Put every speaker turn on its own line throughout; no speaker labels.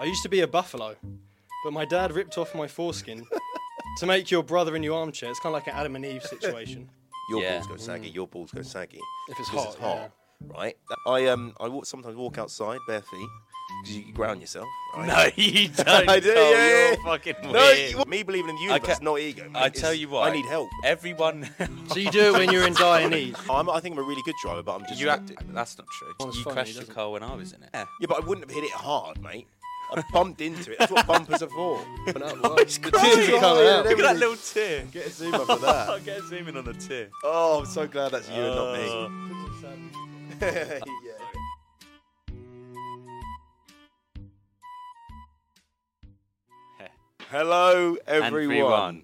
I used to be a buffalo, but my dad ripped off my foreskin to make your brother in your armchair. It's kind of like an Adam and Eve situation.
Your
Yeah.
balls go saggy. Your balls go saggy.
If it's hot,
'Cause it's hot, right? I um, I walk, sometimes walk outside bare feet because you ground yourself. right?
No, you don't.
I do,
Carl,
yeah, yeah,
You're
yeah.
fucking
No,
weird.
you- me believing in the universe,
Okay.
not ego. mate.
I
It's-
tell you what.
I need help.
Everyone.
So you do it when you're in dire need.
I'm, I think I'm a really good driver, but I'm just
you act. That's not true.
Well, it's
you
funny,
crashed your
doesn't it?
car when I was in it. Yeah.
Yeah, but I wouldn't have hit it hard, mate. I bumped into it. That's what bumpers are for. But no,
Tears are coming out.
Look at that little tear.
Get a zoom up for that.
I'll get a zoom in on the tear.
Oh, I'm so glad that's you and not me.
Oh.
yeah. Hello, everyone.
Everyone.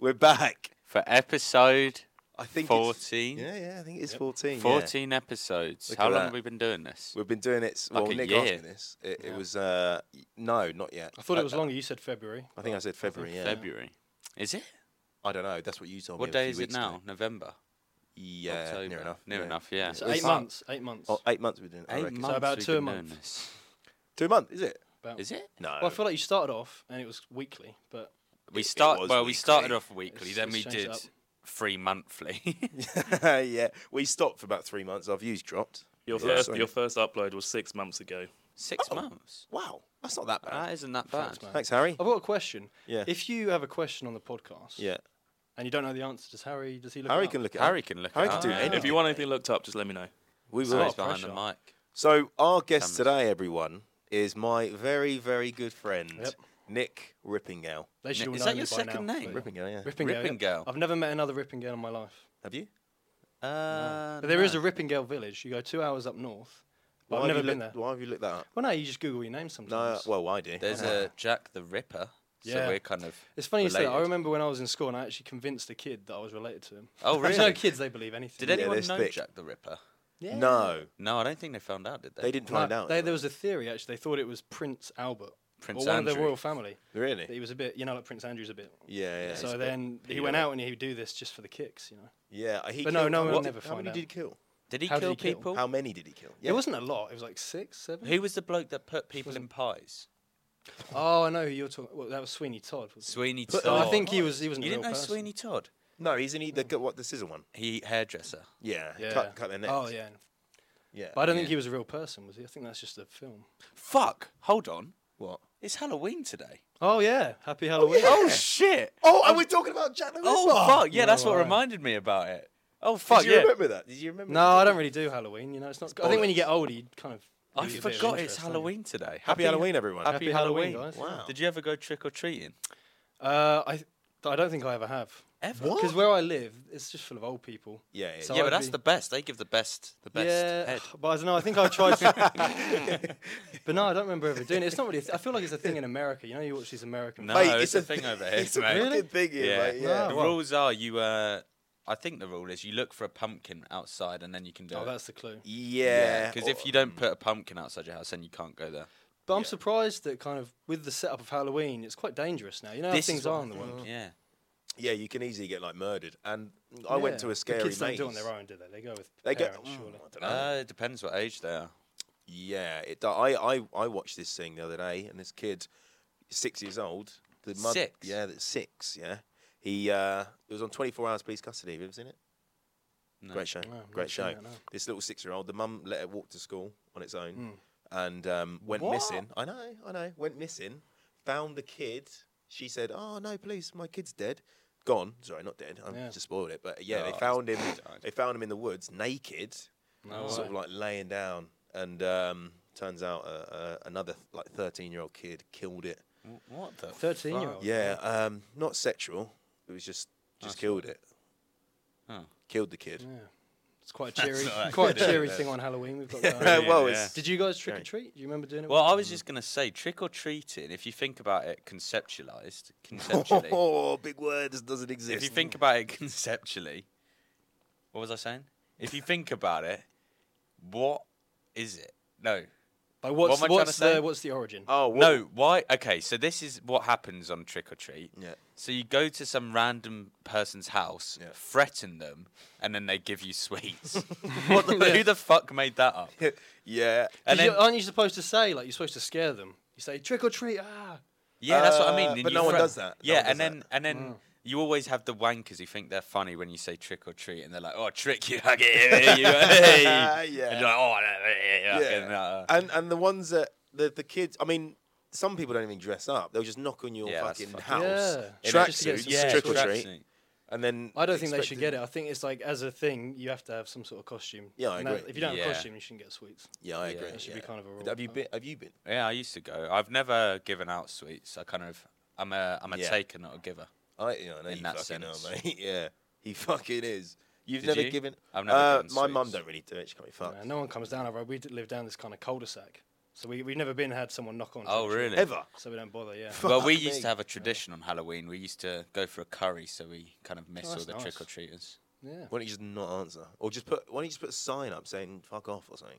We're back.
For episode
I think it's
14.
yeah, yeah. I think it's 14. yeah.
14 episodes.
Look
How
at
long
that.
have we been doing this?
We've been doing it. Well,
Like a
Nick
year.
asked me this. It, it was uh, y- no, not yet. Uh,
I thought it was longer. You said February.
I think I said February. Yeah.
February. Is it?
I don't know. That's what you told me.
What
a
day
few
is it
weeks
now?
ago.
November.
Yeah,
October.
near enough.
Near
yeah.
enough, yeah.
So
It's
eight
hot.
months. Eight months.
Oh, eight months we've been. I
Eight
reckon.
months.
about
we've
two a
been
month.
doing this.
Two months, is it?
About-
Is it?
No.
Well, I feel like you started off and it was weekly, but
We
It- it
start
was
well. We started
weekly.
off weekly,
It's-
then
it's
we
changed
did
up.
free monthly.
yeah, we stopped for about three months. Our views dropped.
Your
Yeah.
first
So-
your first upload was six months ago.
Six
Oh.
months.
Wow, that's not that bad.
That isn't that bad.
Thanks, man.
Thanks, Harry.
I've got a question.
Yeah.
Oh, If you have a question on the podcast,
Yeah,
and you don't know the answer, does Harry does he look?
Harry
it
can
up?
look at
Harry can look.
Harry
it
can
up.
do
Yeah.
anything.
If you want anything looked up, just let me know.
We
So
will.
he's behind the
pressure.
mic.
So our guest
Cameras.
today, everyone, is my very, very good friend
Yep.
Nick Rippingale.
They should all
Is
know
that
me
your
by
second
now,
name?
but-
Rippingale, yeah.
Rippingale.
Rippingale.
I've never met another Rippingale in my life.
Have you?
Uh,
But there is
no.
a Rippingale village. You go two hours up north. But I've
Why have
never
you
been
looked-
there.
Why have you looked that up?
Well, no, you just Google your name
No.
sometimes.
Well, I do.
There's a Jack the Ripper. So
Yeah.
we're kind of.
it's funny you say that. I
related.
remember when I was in school and I actually convinced a kid that I was related to him.
Oh
You know,
really?
kids, they believe anything.
Did anyone
they're
know
thick.
Jack the Ripper?
Yeah.
No,
No, I don't think they found out. Did they?
they didn't
No,
find out.
they-
did
there was a theory, actually. They thought it was Prince Albert.
Prince
or one of the
Andrew.
royal family.
they? really.
That he was a bit, you know, like Prince Andrew's a bit.
yeah, yeah.
so then he
pedo.
went out and he would do this just for the kicks, you know.
yeah, he
But no,
killed-
no one
how many
will never
did- How
find
many
out.
did he kill?
Did he
How did
kill
he kill?
people?
How many did he kill?
It wasn't a lot. It was like six, seven.
Who was the bloke that put people in pies?
Oh, I know who you're talking. Well, that was Sweeney Todd. Wasn't
Sweeney
it?
Todd.
So I think he was. He
You
wasn't. a
didn't
real
know
person.
Sweeney Todd?
No, he's in the what the scissor one.
He hairdresser.
Yeah,
Yeah.
cut cut their necks.
Oh yeah.
yeah.
But I don't think he was a real person, was he? I think that's just a film.
Fuck. Hold on.
what?
It's Halloween today.
Oh yeah. Happy Halloween.
Oh shit.
Oh, and we're talking about Jack the Ripper.
Oh fuck. Yeah, that's what
right.
reminded me about it. Oh
Did
fuck.
you
Yeah.
remember that? Did you remember?
No, I don't really do Halloween. You know, it's not. I think when you
bollocks.
get older, you kind of.
I
lose a bit of
forgot
interest,
it's
don't you?
Halloween today.
Happy Halloween, everyone.
Happy
Happy Halloween,
Halloween.
guys.
Wow.
Did you ever go trick or treating?
Uh, I, I don't think I ever have.
Ever?
Because where I live, it's just full of old people.
Yeah, yeah.
So-
Yeah, but
I'd
that's
be-
the best. They give the best. The best.
yeah,
head.
but I don't know. I think I tried. to- but no, I don't remember ever doing it. It's not really. a th- I feel like it's a thing in America. You know, you watch these American.
No,
Mate, it's
it's, a
a-
thing over here,
It's a
mate.
fucking thing here,
Yeah.
mate, yeah.
The
Wow.
rules are you. Uh, I think the rule is you look for a pumpkin outside and then you can do
Oh,
it.
that's the clue.
Yeah.
Because if you don't put a pumpkin outside your house, then you can't go there.
But I'm surprised that kind of with the setup of Halloween, it's quite dangerous now. You know how
This is
things
what
are
I
in the world.
Yeah.
yeah, you can easily get like murdered. And I went
Yeah.
to a scary
The kids
maze.
don't do it on their own, do they? They go with
They go.
parents, surely.
Mm, I don't know.
Uh, it depends what age they are.
yeah, it. do- I, I I watched this thing the other day, and this kid, six years old, the mud,
Six?
Yeah, that's six. Yeah, he. Uh, it was on 24 hours police custody. Have you ever seen it?
No.
Great show.
No, I've
Great
not seen that,
show.
no.
This little six year old, the mum let it walk to school on its
Hmm.
own and um, went
What?
missing. I know, I know. Went missing, found the kid. She said, Oh, no, please, my kid's dead. Gone. Sorry, not dead. I
Yeah.
just spoiled it. But yeah,
No,
they
Oh, it's-
found him.
died. Oh,
They found him in the woods, naked,
No
sort
way.
of like laying down. And um, turns out uh, uh, another like 13 year old kid killed it.
W- What the? Oh,
Thirteen-year-old.
Yeah, um, not sexual. It was just, just killed it.
Oh.
Killed the kid.
It's quite a cheery,
not
quite
good, is
a
it?
cheery thing on Halloween. We've got. going on.
Brilliant,
well,
yeah.
it's
Did you guys trick or treat? Do you remember doing it?
Well, I was just gonna say trick or treating. If you think about it, conceptualized, conceptually.
Oh, big word this doesn't exist.
if you think about it conceptually, what was I saying? If you think about it, what is it? No,
Like, what's,
What am I trying to
what's
say? Uh,
the what's the origin?
oh, what-
no. Why? Okay, so this is what happens on trick or treat.
Yeah.
So you go to some random person's house,
Yeah.
threaten them, and then they give you sweets. what the, Who the fuck made that up?
yeah,
And
Did you-
then
aren't you supposed to say like you're supposed to scare them? You're You say trick or treat. Ah,
Yeah, that's what I mean.
Uh,
Then
but
you
no one
throw-
does that. No
Yeah,
one does
and
that. Mm.
then and then you always have the wankers who think they're funny when you say trick or treat, and they're like, "Oh, trick you, hug it, you, hey."
Yeah.
And you're like, "Oh, yeah."
Yeah.
And, uh,
And and the ones that the the kids, I mean, some people don't even dress up. They'll just knock on your
Yeah, that's
fucking
fucking-
house,
Yeah.
in
Tracksuit,
a suit,
tracksuit,
yeah,
trick or treat,
tracksuit.
and then
I don't think they should
expected-
get it. I think it's like as a thing, you have to have some sort of costume.
Yeah, I
And that-
agree.
if you don't have
Yeah.
a costume, you shouldn't get sweets.
Yeah, I
Yeah.
agree.
That should be
yeah.
kind of a rule.
Have you been? Have you been?
Yeah, I used to go. I've never given out sweets. I kind of, I'm a, I'm a
Yeah.
taker, not a giver.
I, you know, I know
In
you
that
fucking know,
sense.
mate. Yeah, he fucking is. You've
Did
never
you?
given.
I've never
uh,
given
My mum
sweets.
don't really do it. She can't be fucked.
Uh, no one comes down our road. We d- live down this kind of cul-de-sac, so we we've never been had someone knock on. trick
Oh,
or treat,
really?
Ever.
So we don't bother. Yeah.
well, we
Fuck
used
me.
to have a tradition on Halloween. We used to go for a curry, so we kind of miss
Oh,
all
that's
the
nice.
trick or treaters.
Yeah.
Why don't you just not answer, or just put? Why don't you just put a sign up saying "fuck off" or something?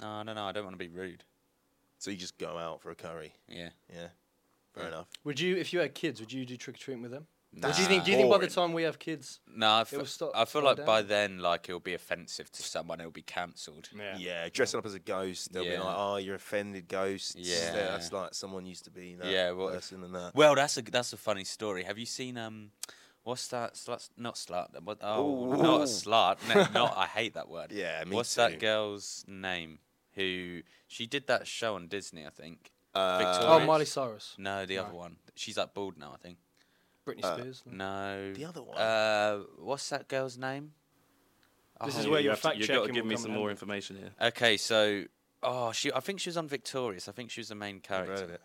No, I don't know. I don't want to be rude.
So you just go out for a curry.
Yeah.
Yeah, fair enough.
Would you, if you had kids, would you do trick or treating with them?
Nah.
Or do you think? Do you think by the
Boring.
time we have kids?
No, I fe-
will stop-
I feel
slow
like by
down.
then, like it'll be offensive to someone. It'll be cancelled.
Yeah, dressing up as a ghost, they'll be
Yeah.
like, "Oh, you're offended, ghost."
Yeah.
that's like someone used to be that
Yeah, well, if-
person and that.
Well, that's a that's a funny story. Have you seen um, what's that? Slut? Not slut. What? Oh, not a
Ooh.
slut. No, not. I hate that word.
Yeah, me
what's
too.
that girl's name? Who she did that show on Disney? I think.
Uh,
Oh,
Victoria-
Miley Cyrus,
No, the
No.
other one. She's like bald now, I think.
Britney
Uh,
Spears. no?
No.
The other one?
Uh, what's that girl's name?
This is
Oh.
where
you
your
have to-
fact
you got to
checking
give
will
me
come
some
in
more
handy.
information here.
Okay, so oh, she. I think she was on Victorious. I think she was the main
I've heard
character.
of it.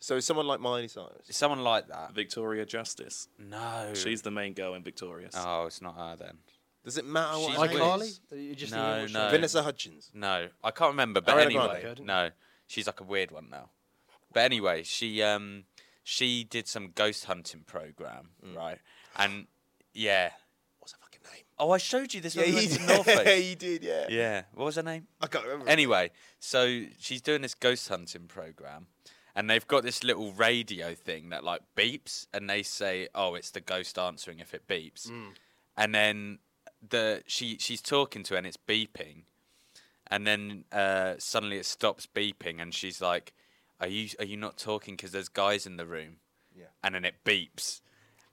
So someone like Miley Cyrus.
Someone like that.
Victoria Justice.
No.
She's the main girl in Victorious.
Oh, it's not her then.
Does it matter what?
She's
her
Like
Wait.
name
Harley?
is? Uh,
You just
No,
think you
no.
watch
Vanessa Hudgens.
No, I can't remember. But
Ariana
anyway,
Grande.
no, she's like a weird one now. But anyway, she um she did some ghost hunting program,
Mm.
right? And yeah,
What's her fucking name?
oh, I showed you this.
Yeah,
when we
he
went
did.
to Norfolk.
he did. Yeah.
yeah, what was her name?
I can't remember.
Anyway, so she's doing this ghost hunting program, and they've got this little radio thing that like beeps, and they say, "Oh, it's the ghost answering if it beeps,"
Mm.
and then the she she's talking to her and it's beeping, and then uh, suddenly it stops beeping, and she's like, "Are you are you not talking? Because there's guys in the room."
Yeah.
And then it beeps,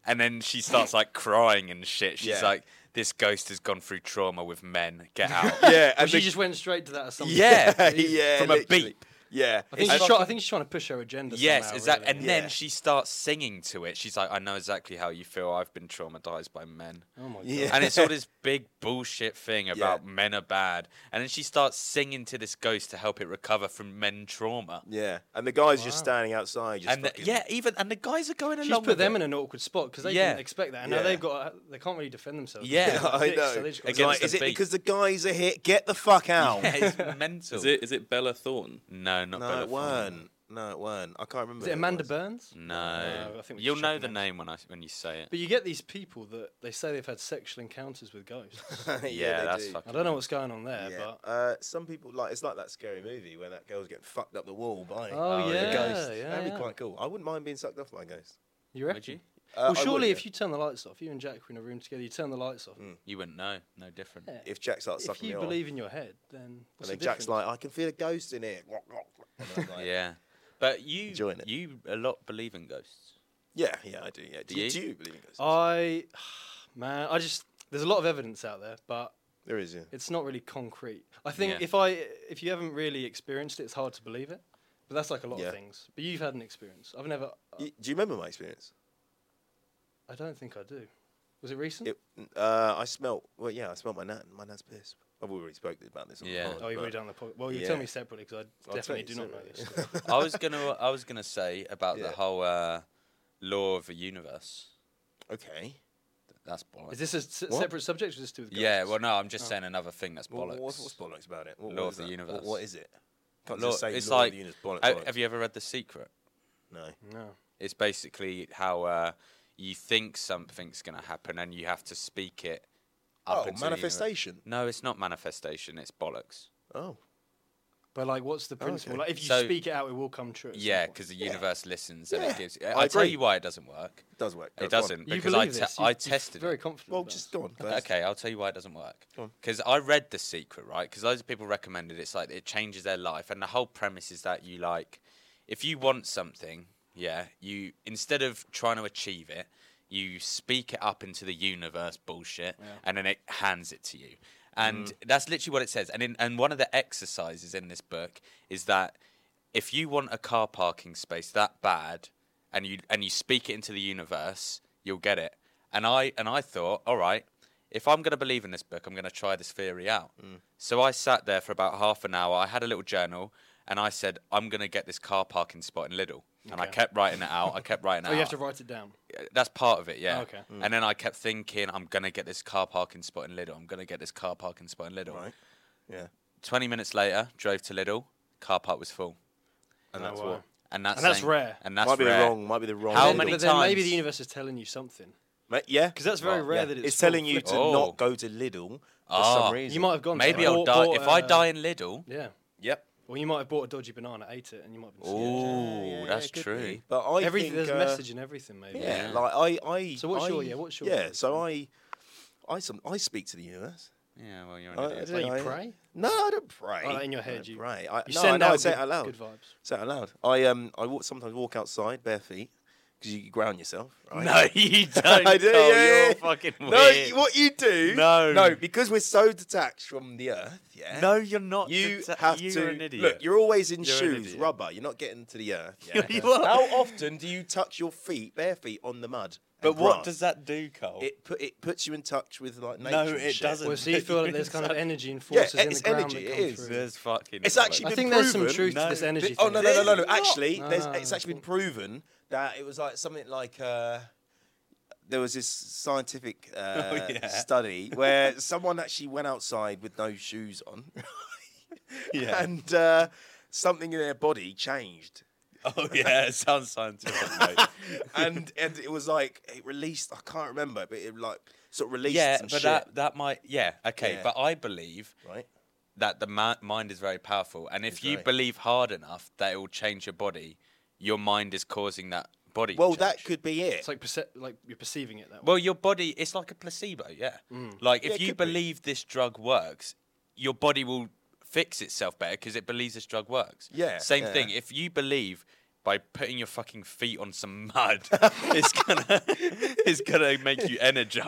and then she starts like crying and shit. She's
Yeah.
like, "This ghost has gone through trauma with men. Get out."
Yeah,
Or
and
she
the-
just went straight to that assumption.
Yeah.
yeah,
From a
literally.
beep.
Yeah,
I think,
It's
she's try,
fucking-
I think she's trying to push her agenda.
Yes,
somehow,
exactly.
really.
And
Yeah.
then she starts singing to it. She's like, I know exactly how you feel. I've been traumatized by men.
Oh my god.
Yeah.
And it's all this big bullshit thing about men are bad. And then she starts singing to this ghost to help it recover from men trauma.
yeah, and the guy's just
Wow.
standing outside, just
and the,
fucking,
yeah, even and the guys are going
She's
along
put
with
them
it.
in an awkward spot because they
Yeah.
didn't expect that, and
Yeah.
now they've got they can't really defend themselves.
Yeah,
They're
I
dicks,
know.
so they just gotta
It's
Against
go.
like,
the
is it
beat.
because the guys are hit? Get the fuck out.
Yeah, it's mental.
Is it? Is it Bella Thorne?
No,
No,
not Bella
it
Thorne.
weren't. No, it weren't. I can't remember.
Is it
who
Amanda
was.
Burns?
No.
No, I think we
You'll
should
know
check
the
on
name when I when you say it.
But you get these people that they say they've had sexual encounters with ghosts.
yeah,
Yeah,
they
that's
do.
fucking.
I don't know what's going on there,
Yeah.
but
Uh, some people like it's like that scary movie where that girl's getting fucked up the wall by
Oh,
a
yeah,
ghost.
yeah,
That'd be
yeah.
quite cool. I wouldn't mind being sucked off by a ghost.
you
Would
reckon?
you?
Uh,
well,
I would,
surely
yeah.
if you turn the lights off, you and Jack were in a room together, you turn the lights off.
You wouldn't know. No different.
Yeah.
if Jack starts
If
sucking
you
Mm, me
believe in your head, then
off,
what's
and then
the
Jack's
difference?
like, I can feel a ghost in here. And I'm like,
Yeah. But you
Enjoying it.
you a lot believe in ghosts.
yeah, yeah, I do. Yeah, do
Do
you,
you?
do you believe in ghosts?
Oh. I, man, I just there's a lot of evidence out there, but
there is. Yeah.
it's not really concrete. I think
Yeah.
if I if you haven't really experienced it, it's hard to believe it. But that's like a lot
Yeah.
of things. But you've had an experience. I've never.
You- do you remember my experience?
I don't think I do. Was it recent?
It, uh, I smelt. Well, yeah, I smelled my nan. My nan's piss. I've already spoken about this. On
Yeah.
The pod,
oh, you've
but-
already done the podcast. Well, you tell
Yeah.
me separately because I
I'll tell
definitely
you
do not know
separately.
this.
I was gonna uh, I was gonna say about
Yeah.
the whole uh, law of the universe.
okay.
That's bollocks.
Is this a s-
What?
separate subject or is this to do with
yeah,
ghosts?
well, no, I'm just
Oh.
saying another thing that's
Well,
bollocks.
What's, what's bollocks about it? What,
Law
what
of
is
the
that? What-
universe.
what is it? Can't
Law-
just say
it's
law
like
of the universe. Bollocks.
Ha-
bollocks.
have you ever read The Secret?
no. Oh,
No.
It's basically how uh, you think something's gonna happen and you have to speak it. Up
Oh,
into the universe.
manifestation.
No, it's not manifestation. It's bollocks.
Oh.
But like, what's the principle?
okay.
Like, if you
So-
speak it out, it will come true. at some
Yeah,
point.
because the universe listens and
Yeah,
it gives.
I
I tell
agree.
you why it doesn't work.
It does work. Go on.
it doesn't
you
because I
believe
te-
this. You-
I
you're
tested
Very
it.
confident.
Well,
about
just
it.
go on. first.
Okay, I'll tell you why it doesn't work.
Go on.
Because I read The Secret, right? Because loads of people recommended it's like it changes their life, and the whole premise is that you like, if you want something, yeah, you instead of trying to achieve it, you speak it up into the universe, bullshit, and then it hands it to you, and
Mm.
that's literally what it says. And in, and one of the exercises in this book is that if you want a car parking space that bad, and you and you speak it into the universe, you'll get it. And I and I thought, all right, if I'm going to believe in this book, I'm going to try this theory out.
Mm.
So I sat there for about half an hour. I had a little journal, and I said, I'm going to get this car parking spot in Lidl. And I
Okay.
kept writing it out. I kept writing it
Oh, you
out.
have to write it down.
That's part of it, yeah.
Oh, okay.
And then I kept thinking, I'm going to get this car parking spot in Lidl. I'm going to get this car parking spot in Lidl.
Right. Yeah.
20 minutes later, drove to Lidl. Car park was full.
And
Oh,
that's
wow.
what.
And that's,
And that's
saying-
rare.
And that's
might be
rare.
wrong. Might be the wrong.
How
Lidl.
But-
many
but then maybe the
times-
universe is telling you something.
Ma- Yeah.
Because that's very
Well,
rare
yeah.
that it's,
it's, telling
full
you
flipped.
to
Oh.
not go to Lidl for
Ah.
some reason.
You might have gone. to
Maybe
it.
I'll
Or
die.
bought,
If I
uh,
die in Lidl,
yeah.
Yep.
Well, you might have bought a dodgy banana, ate it, and you might have been.
Ooh,
sick.
that's
could
true.
be. But I
Everything.
think,
There's a
uh,
message in everything, maybe.
Yeah.
Yeah.
Like I, I.
So what's
I,
your- yeah, what's your
Yeah.
theory?
So I, I some I speak to the universe.
Yeah, well, you're an
I-
idiot.
I
So you
I-
pray?
No, I don't pray.
Oh, in your
I
head,
don't
you-
pray. I,
You
no,
send
I, know, I
out
say
good,
it out loud.
good vibes.
Say it out loud. I um I walk, sometimes walk outside bare feet because you ground yourself. Right?
No, you don't.
I do.
Cole,
yeah, yeah, yeah.
You're fucking weird.
No, you- what you do?
No.
no, because we're so detached from the earth. Yeah.
No, you're not.
You
Deta-
have
you're
to
an idiot.
look. You're always in
You're an
shoes,
idiot.
rubber. You're not getting to the earth. Yeah?
You are.
How often do you touch your feet, bare feet, on the mud?
but
and
what
grass?
does that do, Cole?
it put? It puts you in touch with like nature.
No,
and
it
shit.
doesn't.
Well, so you feel like there's kind of energy and forces in the
it's
ground
energy,
that
it
come
is.
through.
There's fucking.
It's
no
actually
way.
I
been
think there's some
proven-
truth
No,
to this
the-
energy
Oh
thing.
no, no, no, no, no.
It's not.
Actually,
No,
there's,
no,
it's
no,
actually been
it's
proven that it was like something like uh, there was this scientific uh,
yeah.
study where someone actually went outside with no shoes on,
Yeah.
and uh, something in their body changed,
oh yeah, it sounds scientific. mate.
and and it was like it released. I can't remember, but it like sort of released
yeah,
some
but
shit,
that that might. Yeah, okay,
Yeah.
but I believe
right?
that the ma- mind is very powerful, and if
It's
you
very.
believe hard enough that it will change your body, your mind is causing that body.
Well,
change.
that could be it.
It's like perce- like you're perceiving it that way.
Well, your body, it's like a placebo, yeah. Like,
Mm. Yeah,
if
it
you
could be.
believe this drug works, your body will fix itself better because it believes this drug works.
Yeah,
Same
yeah.
thing. If you believe by putting your fucking feet on some mud, it's gonna, it's gonna make you energized.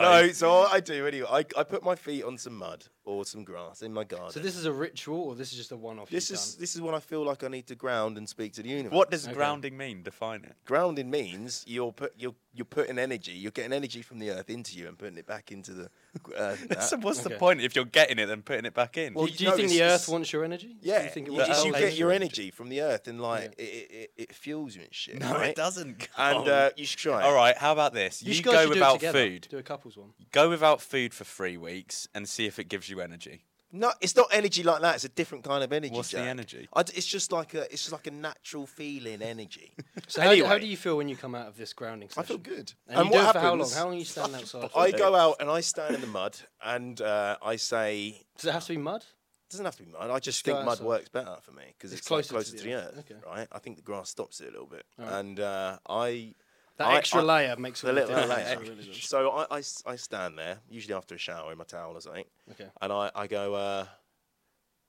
no, so what I do anyway. I, I put my feet on some mud or some grass in my garden.
So this is a ritual, or this is just a one-off.
This
you've
is
done?
this is when I feel like I need to ground and speak to the universe.
What does
Okay.
grounding mean? Define it.
grounding means? You're put you're you're putting energy. You're getting energy from the earth into you and putting it back into the earth. and
so
that.
what's the
Okay.
point if you're getting it and putting it back in?
Well,
Do, do you
no,
think
it's-
the Earth
it's-
wants your energy?
yeah,
do you think it
you,
wants
just- you
all
get your
energy?
energy from the earth and like it, it, it, it fuels you and shit.
no,
right?
it doesn't.
And
Cole.
uh, you should try. it.
all right, how about this? You,
should guys
go
should do it
without
together.
food.
Do a couples one.
Go without food for three weeks and see if it gives you energy.
No, it's not energy like that. It's a different kind of energy.
What's the
Jack.
energy?
I d it's just like a it's just like a natural feeling energy.
So how, do you, how
Anyway.
do you feel when you come out of this grounding
I
session?
feel good.
And, you
what
do it for how long?
happens-
How long are you standing outside? for?
I go out and I stand in the mud and uh, I say
Does it have to be mud?
doesn't have to be mud. I just
go
think mud
outside.
works better for me because
It's
it's,
closer
like,
to
closer,
the
to the
earth.
earth,
Okay.
right? I think the grass stops it a little bit,
Alright.
and uh, I
That
I-
extra
I-
layer makes all
the little
difference.
layer.
It really does.
so I, I s- I stand there usually after a shower in my towel or something,
Okay.
and I, I go. Uh,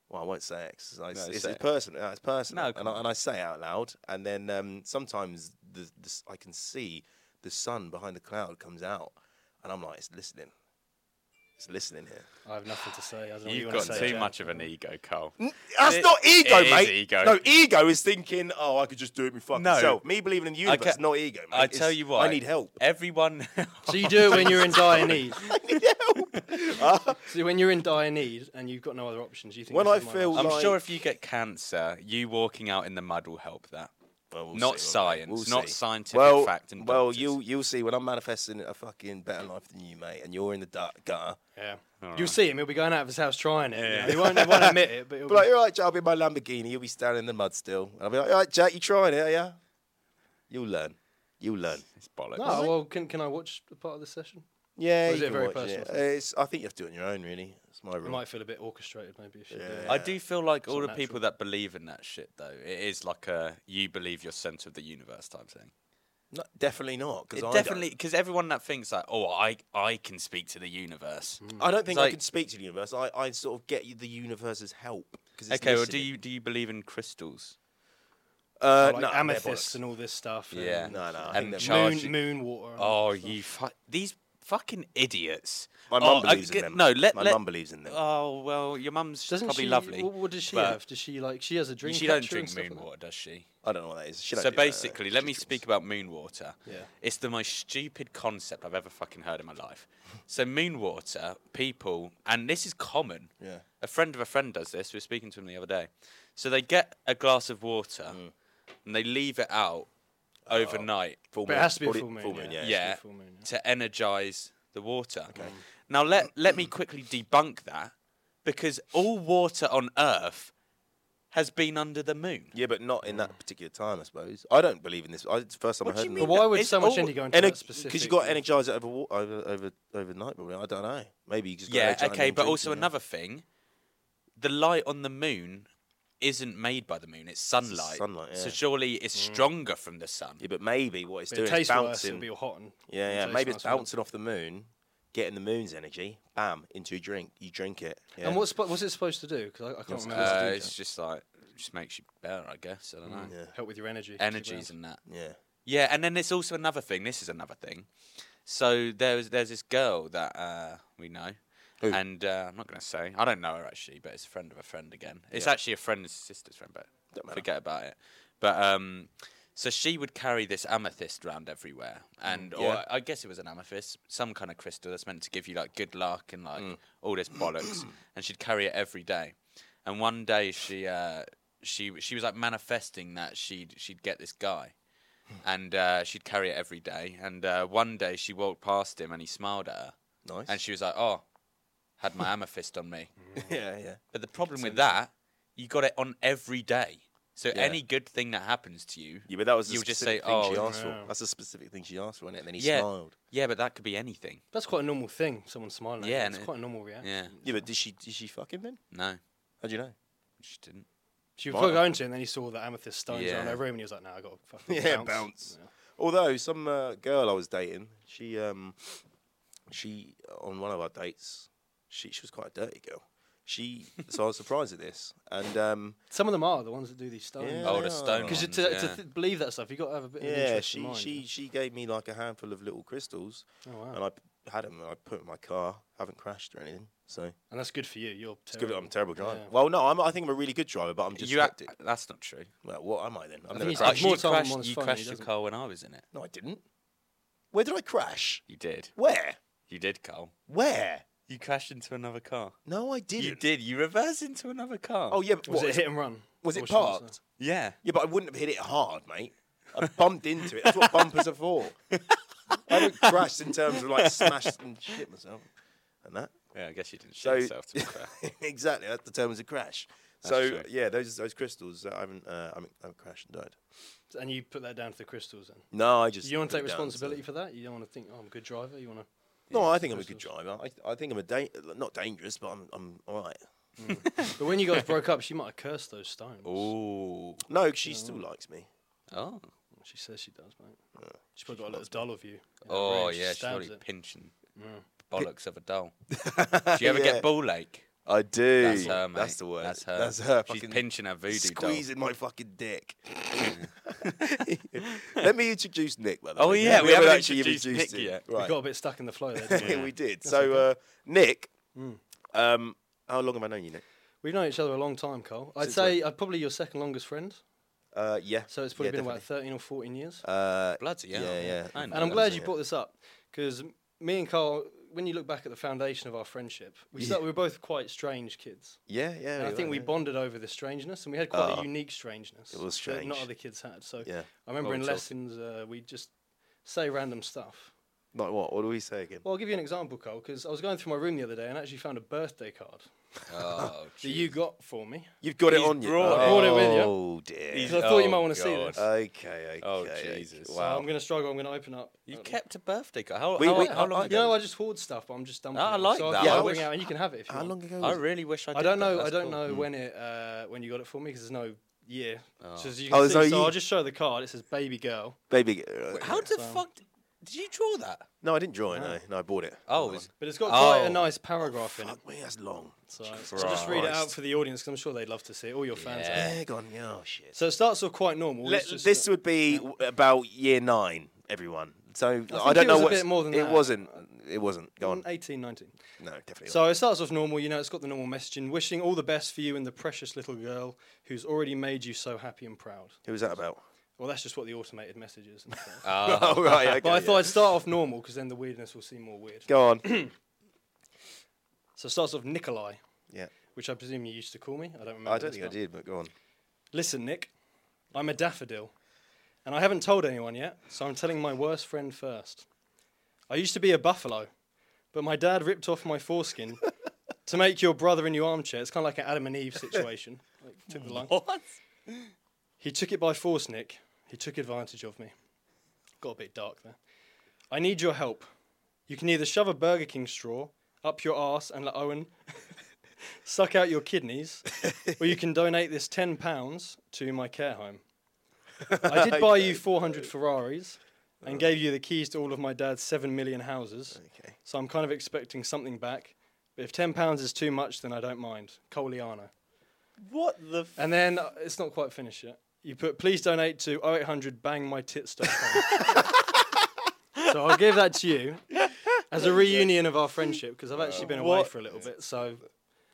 well, I won't say it 'cause I-
No,
it's,
say
it's
it.
personal. No, it's personal,
No, come
and, I,
on.
and I say it out loud, and then um, sometimes the, the s- I can see the sun behind the cloud comes out, and I'm like, it's listening, it's listening here.
I have nothing to say. I don't know
You've
what you want
got
to say.
too
Jack.
much of an ego, Cole.
That's
It-
not ego,
it is
mate.
ego.
No, ego is thinking, oh, I could just do it myself.
No.
No. Me believing in the universe,
Okay.
not ego. Mate.
I
It's-
tell you what,
I need help.
Everyone,
So you do it when you're in dire need.
I need help. Uh,
So when you're in dire need and you've got no other options, you think
When
this
I
is my
feel-
last-
I'm
Like-
sure if you get cancer, you walking out in the mud will help that.
well, we'll
Not
see,
science,
we'll see.
not scientific
well,
fact and
well,
doctors.
you you'll see when I'm manifesting a fucking better life than you, mate, and you're in the gut- gutter.
yeah.
Alright.
You'll see him. He'll be going out of his house trying it. you know. He, won't, he won't admit it, but he'll
But
Mm.
like, all right, Jack, I'll be in my Lamborghini. You'll be standing in the mud still. And I'll be like, all right, Jack, you trying it, are ya? You'll learn. You'll learn.
It's bollocks.
uh,
be, oh, well, can, can I watch a part of the session?
Yeah,
Or is
you
it
can
very
watch
personal
it.
thing?
It's, I think you have to do it on your own, really. It's my
It
rule.
might feel a bit orchestrated, maybe. If you do it.
I
Yeah.
do feel like
It's
all the
not
people that believe in that shit, though, it is like a you believe you're centre of the universe type thing.
No, definitely not. Because
It
I
definitely, because everyone that thinks like, oh, I I can speak to the universe.
Don't, I don't think I
like-
could speak to the universe. I, I sort of get you the universe's help. 'cause it's
Okay, well, do
listening.
you do you believe in crystals?
Uh,
Or like
no, they're
amethyst
bollocks.
and all this stuff.
Yeah.
and
No, no. I
And
think they're
Charles-
moon,
charge you-
moon water. and all
Oh,
that stuff.
you fu- these fucking idiots.
My
Oh,
mum
I
believes in
get-
them.
No, let
my
let-
mum believes in them.
Oh well, your mum's
Doesn't
probably
she,
lovely.
What, what does she
but-
have? Does she like? She has a dream.
she don't
catcher and
drink
stuff
moon
like
water, does she?
I don't know what that is. She don't uh,
So
do that, no.
basically, let me speak about moon water.
Yeah.
It's the most stupid concept I've ever fucking heard in my life. So moon water, people, and this is common.
Yeah.
A friend of a friend does this. We were speaking to him the other day. So they get a glass of water
Mm.
and they leave it out
Oh.
overnight
Full
But it
moon.
has to be a
Probably
full moon. it has
yeah.
to be a
yeah,
full moon, yeah.
to energize the water.
Mm.
Now let let me quickly debunk that because all water on Earth has been under the moon.
Yeah, but not in that particular time, I suppose. I don't believe in this. I, it's the first time
Mm. What
I
do
heard
you
of
mean?
But
them.
why would
It's
so much
all-
energy go into that specific?
Because you got energizer over wa- over over overnight, probably. I don't know. Maybe you just got
Yeah,
energizer and
okay,
then
but
drink
also
it, yeah.
another thing, the light on the moon isn't made by the moon; it's sunlight.
sunlight,
So
yeah.
surely it's
Mm.
stronger from the sun.
Yeah, but maybe what it's
It
doing is
tastes worse.
bouncing.
It'll be all hot and
yeah,
it
yeah.
tastes
Maybe
nice,
it's
won't it?
bouncing off the moon, getting the moon's energy, bam, into a drink. You drink it. Yeah.
And what's spo- what's it supposed to do? Because I, I can't remember. what
Uh,
to do.
it's just like just makes you better, I guess. I don't know.
Yeah.
Help with your energy.
Energies and that.
Yeah.
Yeah, and then there's also another thing. This is another thing. So there's there's this girl that uh, we know,
Who?
and uh, I'm not going to say. I don't know her actually, but it's a friend of a friend again. It's actually a friend's sister's friend, but
Don't matter.
forget about it. But um, so she would carry this amethyst round everywhere, and
yeah.
or I guess it was an amethyst, some kind of crystal that's meant to give you like good luck and like
Mm.
all this bollocks, and she'd carry it every day. And one day she uh, she she was like manifesting that she'd she'd get this guy
Hmm.
and uh, she'd carry it every day. And uh, one day she walked past him and he smiled at her,
Nice.
and she was like, "Oh, had my amethyst on me."
Hmm. yeah, yeah.
But the problem with that, you got it on every day. So
Yeah.
any good thing that happens to you,
Yeah, but that was the
you'll just say,
specific thing she
"Oh,
asked
yeah.
for. That's a specific thing she asked for, innit? And then he
yeah,
smiled.
yeah." But that could be anything.
That's quite a normal thing. Someone smiling. at
Yeah,
you.
and
it's
it-
quite a normal reaction.
Yeah,
Yeah, but did she did she fuck him then?
no,
How do you know?
she didn't.
She
Right.
was going to, and then he saw the amethyst stones
Yeah.
on her room, and he was like, "No, I got to fucking
Yeah,
bounce."
bounce.
Yeah.
Although some uh, girl I was dating, she um, she on one of our dates, she she was quite a dirty girl. She so I was surprised at this, and um,
Some of them are the ones that do these stones.
Yeah,
Oh,
they
the
are.
stone.
Because
Because
ones,
to, to
yeah.
th- believe that stuff, you got to have a bit of an
yeah,
interest in
she
mind.
she she gave me like a handful of little crystals,
Oh, wow.
and I p- had them and I put 'em in my car. Haven't crashed or anything, so
And that's good for you. You're
it's good. that I'm a
terrible.
terrible driver.
Yeah.
Well, no, I'm, I think I'm a really good driver, but I'm just
you act,
hectic.
that's not true. Uh,
Well, what am I then? I've never
he's
crashed.
more
you
time on
crashed,
one's
you
phone, he
crashed your
doesn't-
car when I was in it.
No, I didn't. Where did I crash?
You did.
Where?
You did, Cole.
Where?
You crashed into another car.
No, I didn't.
You did. You reversed into another car.
Oh yeah, but
Was
what,
it hit and run?
was
Or
it
should I say?
parked?
yeah.
Yeah, but I wouldn't have hit it hard, mate. I bumped into it. That's what bumpers are for. I haven't crashed in terms of like smashed and shit myself and that.
Yeah, I guess you didn't show
So
yourself to be fair.
exactly, that's the terms of crash. so
true.
yeah, those those crystals. I haven't, uh, I haven't, I haven't crashed and died.
And you put that down to the crystals. Then
No, I just.
you want to
put
take
it down,
responsibility
so-
for that. You don't want to think, "Oh, I'm a good driver." You want to.
No, I think I'm a good driver. I, I think I'm a da- not dangerous, but I'm I'm all right.
But when you guys broke up, she might have cursed those stones.
Ooh.
No, she still likes me.
Oh.
She says she does, mate. She's probably got a little doll of you. in her
Oh
room, she
yeah, she's
stabs
already
it.
pinching bollocks of a doll. Do you ever
Mm. Yeah.
get ball ache?
I do.
That's her, mate.
That's the word.
That's her.
That's her.
She's
fucking-
pinching her voodoo
squeezing my fucking dick. Let me introduce Nick. By the
Oh,
way.
yeah, we haven't introduced Nick
him.
yet.
We
Right,
got a bit stuck in the flow there. Didn't we?
we did. so, uh, Nick,
Hmm.
um, how long have I known you, Nick?
We've known each other a long time, Cole. I'd say I'm probably your second longest friend.
Uh, yeah.
So it's probably
yeah,
been about
definitely.
13 or 14 years.
Uh,
Bloody hell.
Yeah, yeah.
I
and
know.
I'm
that
glad
was
you
it.
brought this up because me and Carl, when you look back at the foundation of our friendship, we, start, we were both quite strange kids.
yeah, yeah.
And I
we
think
were,
we
yeah.
bonded over the strangeness, and we had quite
Oh.
a unique strangeness
It was
that
strange.
not other kids had. So
Yeah.
I remember
Well,
in
it's awesome.
lessons uh, we just say random stuff.
Like what? What do we say again?
Well, I'll give you an example, Cole, because I was going through my room the other day and actually found a birthday card
Oh,
that you got for me.
You've got it
He's
on you.
brought
it. Brought it with you.
Oh dear.
He's-
Because I thought you might
oh,
want to see
God.
this.
Okay, okay.
Oh,
okay.
Jesus.
So I'm
Wow.
going to struggle. I'm going to open up.
you
Uh,
kept a birthday card. How,
We-
how,
we-
how
I-
long
I-
You know,
ago?
I just hoard stuff, but I'm just dumping.
Ah, I
it.
like
so
that.
I,
I
I'll
wish-
bring it out, and you can have it if you
How
want.
long ago?
I
was it?
really wish I did
I don't
that.
know. I
That's
don't
cool.
know when it uh, when you got it for me because there's no
Oh.
year. So as you
Hmm. Oh,
can
there's
see,
no
so
year.
I'll just show the card. It says baby girl,
Baby. uh,
How the
so-
fuck d- did you draw that?
No, I didn't draw it. No, no, I bought it.
Oh, it's,
but it's got quite
Oh.
a nice paragraph in it.
Fuck me, that's long.
So I'll just read it out
Christ.
for the audience because I'm sure they'd love to see it. All your fans.
Yeah.
Egg on. yeah, Oh shit.
So it starts off quite normal.
Let,
it's just
this
that-
would be w- about year nine. Everyone. So I,
think
don't
it
know
was a
what
bit more than
it
that.
wasn't. It wasn't. Go on.
18, 19.
No, definitely. not.
So it starts off normal, you know, it's got the normal messaging, wishing all the best for you and the precious little girl who's already made you so happy and proud.
Who was that about?
Well, that's just what the automated message is. and stuff.
uh,
Oh right. Okay,
but I
yeah.
thought I'd start off normal because then the weirdness will seem more weird.
Go on.
So it starts off Nikolai,
yeah.
which I presume you used to call me. I don't remember.
I don't
this
think I
one.
did, but go on.
Listen, Nick, I'm a daffodil, and I haven't told anyone yet, so I'm telling my worst friend first. I used to be a buffalo, but my dad ripped off my foreskin to make your brother in your armchair. It's kind of like an Adam and Eve situation. Like, took the line.
what?
He took it by force, Nick. He took advantage of me. Got a bit dark there. I need your help. You can either shove a Burger King straw up your arse and let Owen suck out your kidneys, or you can donate this ten pounds to my care home. I did buy you four hundred Ferraris and gave you the keys to all of my dad's seven million houses.
Okay.
So I'm kind of expecting something back. But if ten pounds is too much, then I don't mind. Coliano.
What the? F-
And then uh, it's not quite finished yet. You put please donate to 0800 bangmytits.com. so I'll give that to you as a reunion of our friendship because I've actually been away
What?
for a little bit. So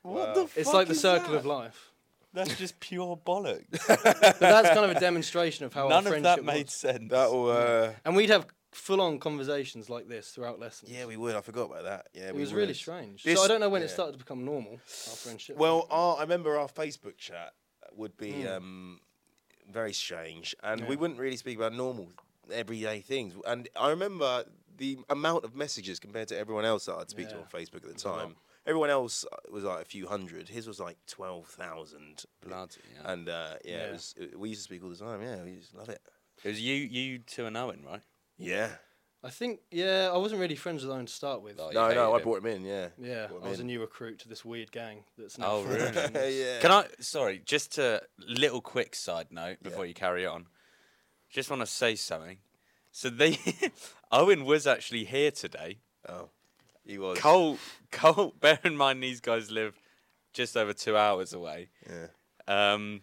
what the?
it's like the circle of life.
That's just pure bollocks.
But that's kind of a demonstration of how
None
our
of
friendship
that made
was.
sense.
That'll. Uh,
And we'd have full-on conversations like this throughout lessons.
yeah, we would. I forgot about that. Yeah,
it
we
was
would.
really strange.
This-
so I don't know when it
yeah.
started to become normal. Our friendship.
Well, our, I remember our Facebook chat would be um, very strange, and we
Mm. Yeah.
wouldn't really speak about normal everyday things. And I remember the amount of messages compared to everyone else that I'd speak to
Yeah.
on Facebook at
a
the
lot.
time. Everyone else uh, was like a few hundred. His was like twelve thousand.
Bloody hell.
And uh, yeah, It
Yeah.
was, it- we used to speak all the time. Yeah, we just love it.
It was you, you two, and Owen, right?
Yeah.
I think yeah, I wasn't really friends with Owen to start with.
Oh, you
No, no,
hated
I
him.
brought him in. Yeah.
Yeah,
Brought him
I was
in.
a new recruit to this weird gang that's now.
Oh, really?
forming this-
yeah.
Can I? Sorry, just a little quick side note before you carry on. Just want to say something. So they, Owen was actually here today.
Oh, he was.
Cole, Cole. Bear in mind these guys live just over two hours away.
Yeah.
Um,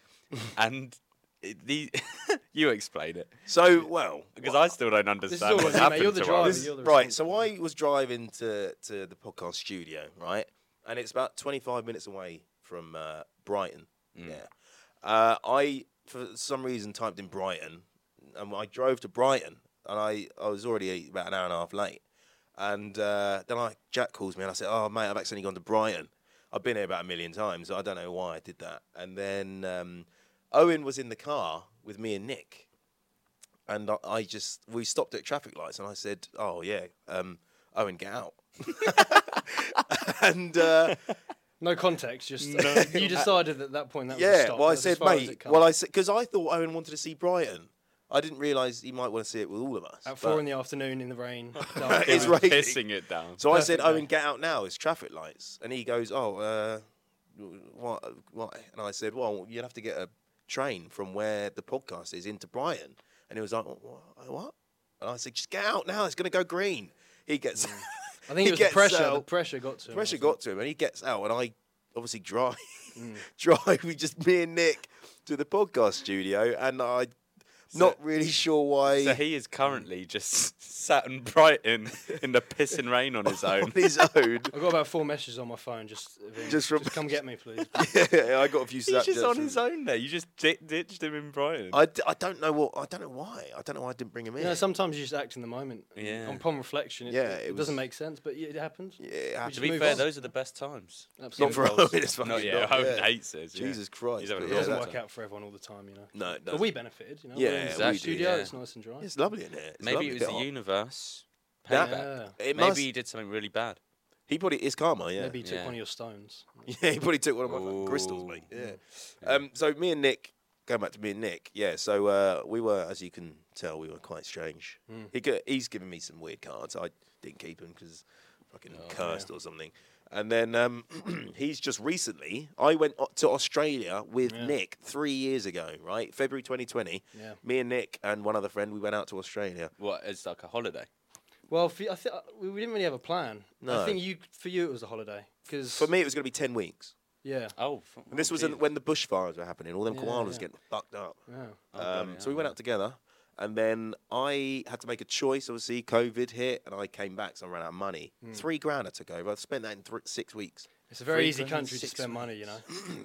and it, the, you explain it
So well,
because I still don't
This is
understand
all on you,
what's
mate.
happened
You're the
to
driver.
us.
You're the
right. So I was driving to to the podcast studio, right, and it's about twenty five minutes away from uh, Brighton. Yeah, uh, I for some reason typed in Brighton, and I drove to Brighton, and I I was already about an hour and a half late, and uh, then I Jack calls me and I said, "Oh mate, I've accidentally gone to Brighton. I've been here about a million times. I don't know why I did that." And then um, Owen was in the car with me and Nick and I, I just we stopped at traffic lights, and I said, "Oh yeah, um, Owen, get out." and uh,
No context, just you decided at that point that was a
yeah,
stop.
well, I
That's as
said,
far as
"Mate,"
it
well, I
comes.
said because I thought Owen wanted to see Brighton. I didn't realise he might want to see it with all of us.
at four
but-
in the afternoon in the rain.
It was
it's
raining.
pissing it down.
so I said,
perfect,
"Owen, get out now. It's traffic lights." And he goes, "Oh, uh, what? What?" And I said, "Well, you'd have to get a train from where the podcast is into Brighton." And he was like, "Wha- "What?" And I said, "Just get out now. It's going to go green." He gets.
I think
he
it was the
gets
pressure. The
out.
pressure got to him.
pressure
I think.
got to him, and he gets out, and I obviously drive,
Mm.
drive. We just me and Nick to the podcast studio, and I, not really sure why
So he is currently just sat in Brighton in the pissing rain on his own.
on his own.
I got about four messages on my phone. Just, of him,
Just
just,
from-
come get me, please.
yeah, I got a few.
He's just on
Snapchats
his
from-
own there. You just di- ditched him in Brighton.
I, d- I don't know what I don't know why I don't know why I didn't bring him in.
you know, sometimes you just act in the moment.
Yeah.
Upon reflection, it,
Yeah,
it,
it was-
doesn't make sense, but it happened.
yeah, it happened.
to
just
be
move
fair,
on.
those are the best times.
not
Absolutely.
for Owen. It's fucking
Not yeah,
not,
Owen
yeah.
hates it. yeah.
Jesus Christ!
He's having
It
but
a
yeah,
doesn't
that's-
work out for everyone all the time, you know.
No, it
But we benefited, you know.
Yeah,
we're in
we
the
do,
studio.
yeah.
It's nice and dry.
It's lovely in here. It's
Maybe
lovely
it
bit
was the
hot.
universe
That-
Payback.
it
Maybe
must-
he did something really bad.
He probably it's karma, yeah.
Maybe you took
Yeah.
one of your stones.
Yeah, he probably took one of my fucking crystals,
Ooh.
mate. Yeah. Um, so me and Nick, going back to me and Nick, yeah. So uh, we were, as you can tell, we were quite strange. He g- he's given me some weird cards. I didn't keep them because fucking cursed or something. And then um, he's just recently. I went o- to Australia with Nick three years ago, right? February 2020.
Yeah.
Me and Nick and one other friend, we went out to Australia.
What? It's like a holiday.
Well, for, you- I think we we didn't really have a plan.
No.
I think you for you it was a holiday because
For me, it was going to be ten weeks.
yeah,
Oh, f-
And this
oh,
was
geez.
in, when the bushfires were happening. All them
Yeah,
koalas
yeah.
getting fucked up.
yeah.
Oh,
Um,
bloody
so we went
hell.
out together, and then I had to make a choice. Obviously, COVID hit, and I came back, so I ran out of money. Three grand I took over. I spent that in thr six weeks.
It's a very
Three
easy
grand,
country to
six
spend money, you know.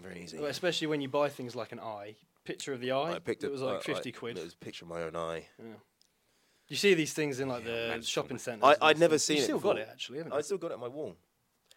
Very easy.
Well, especially when you buy things like an eye picture of the eye.
I picked
it
up-
was
I-
like
I-
fifty quid.
It was a picture of my own eye.
You see these things in like the
imagine.
shopping centres.
I-
and
I'd never
stuff.
seen
you
it
Still got
before.
it actually, haven't
I
you?
still got it on my wall.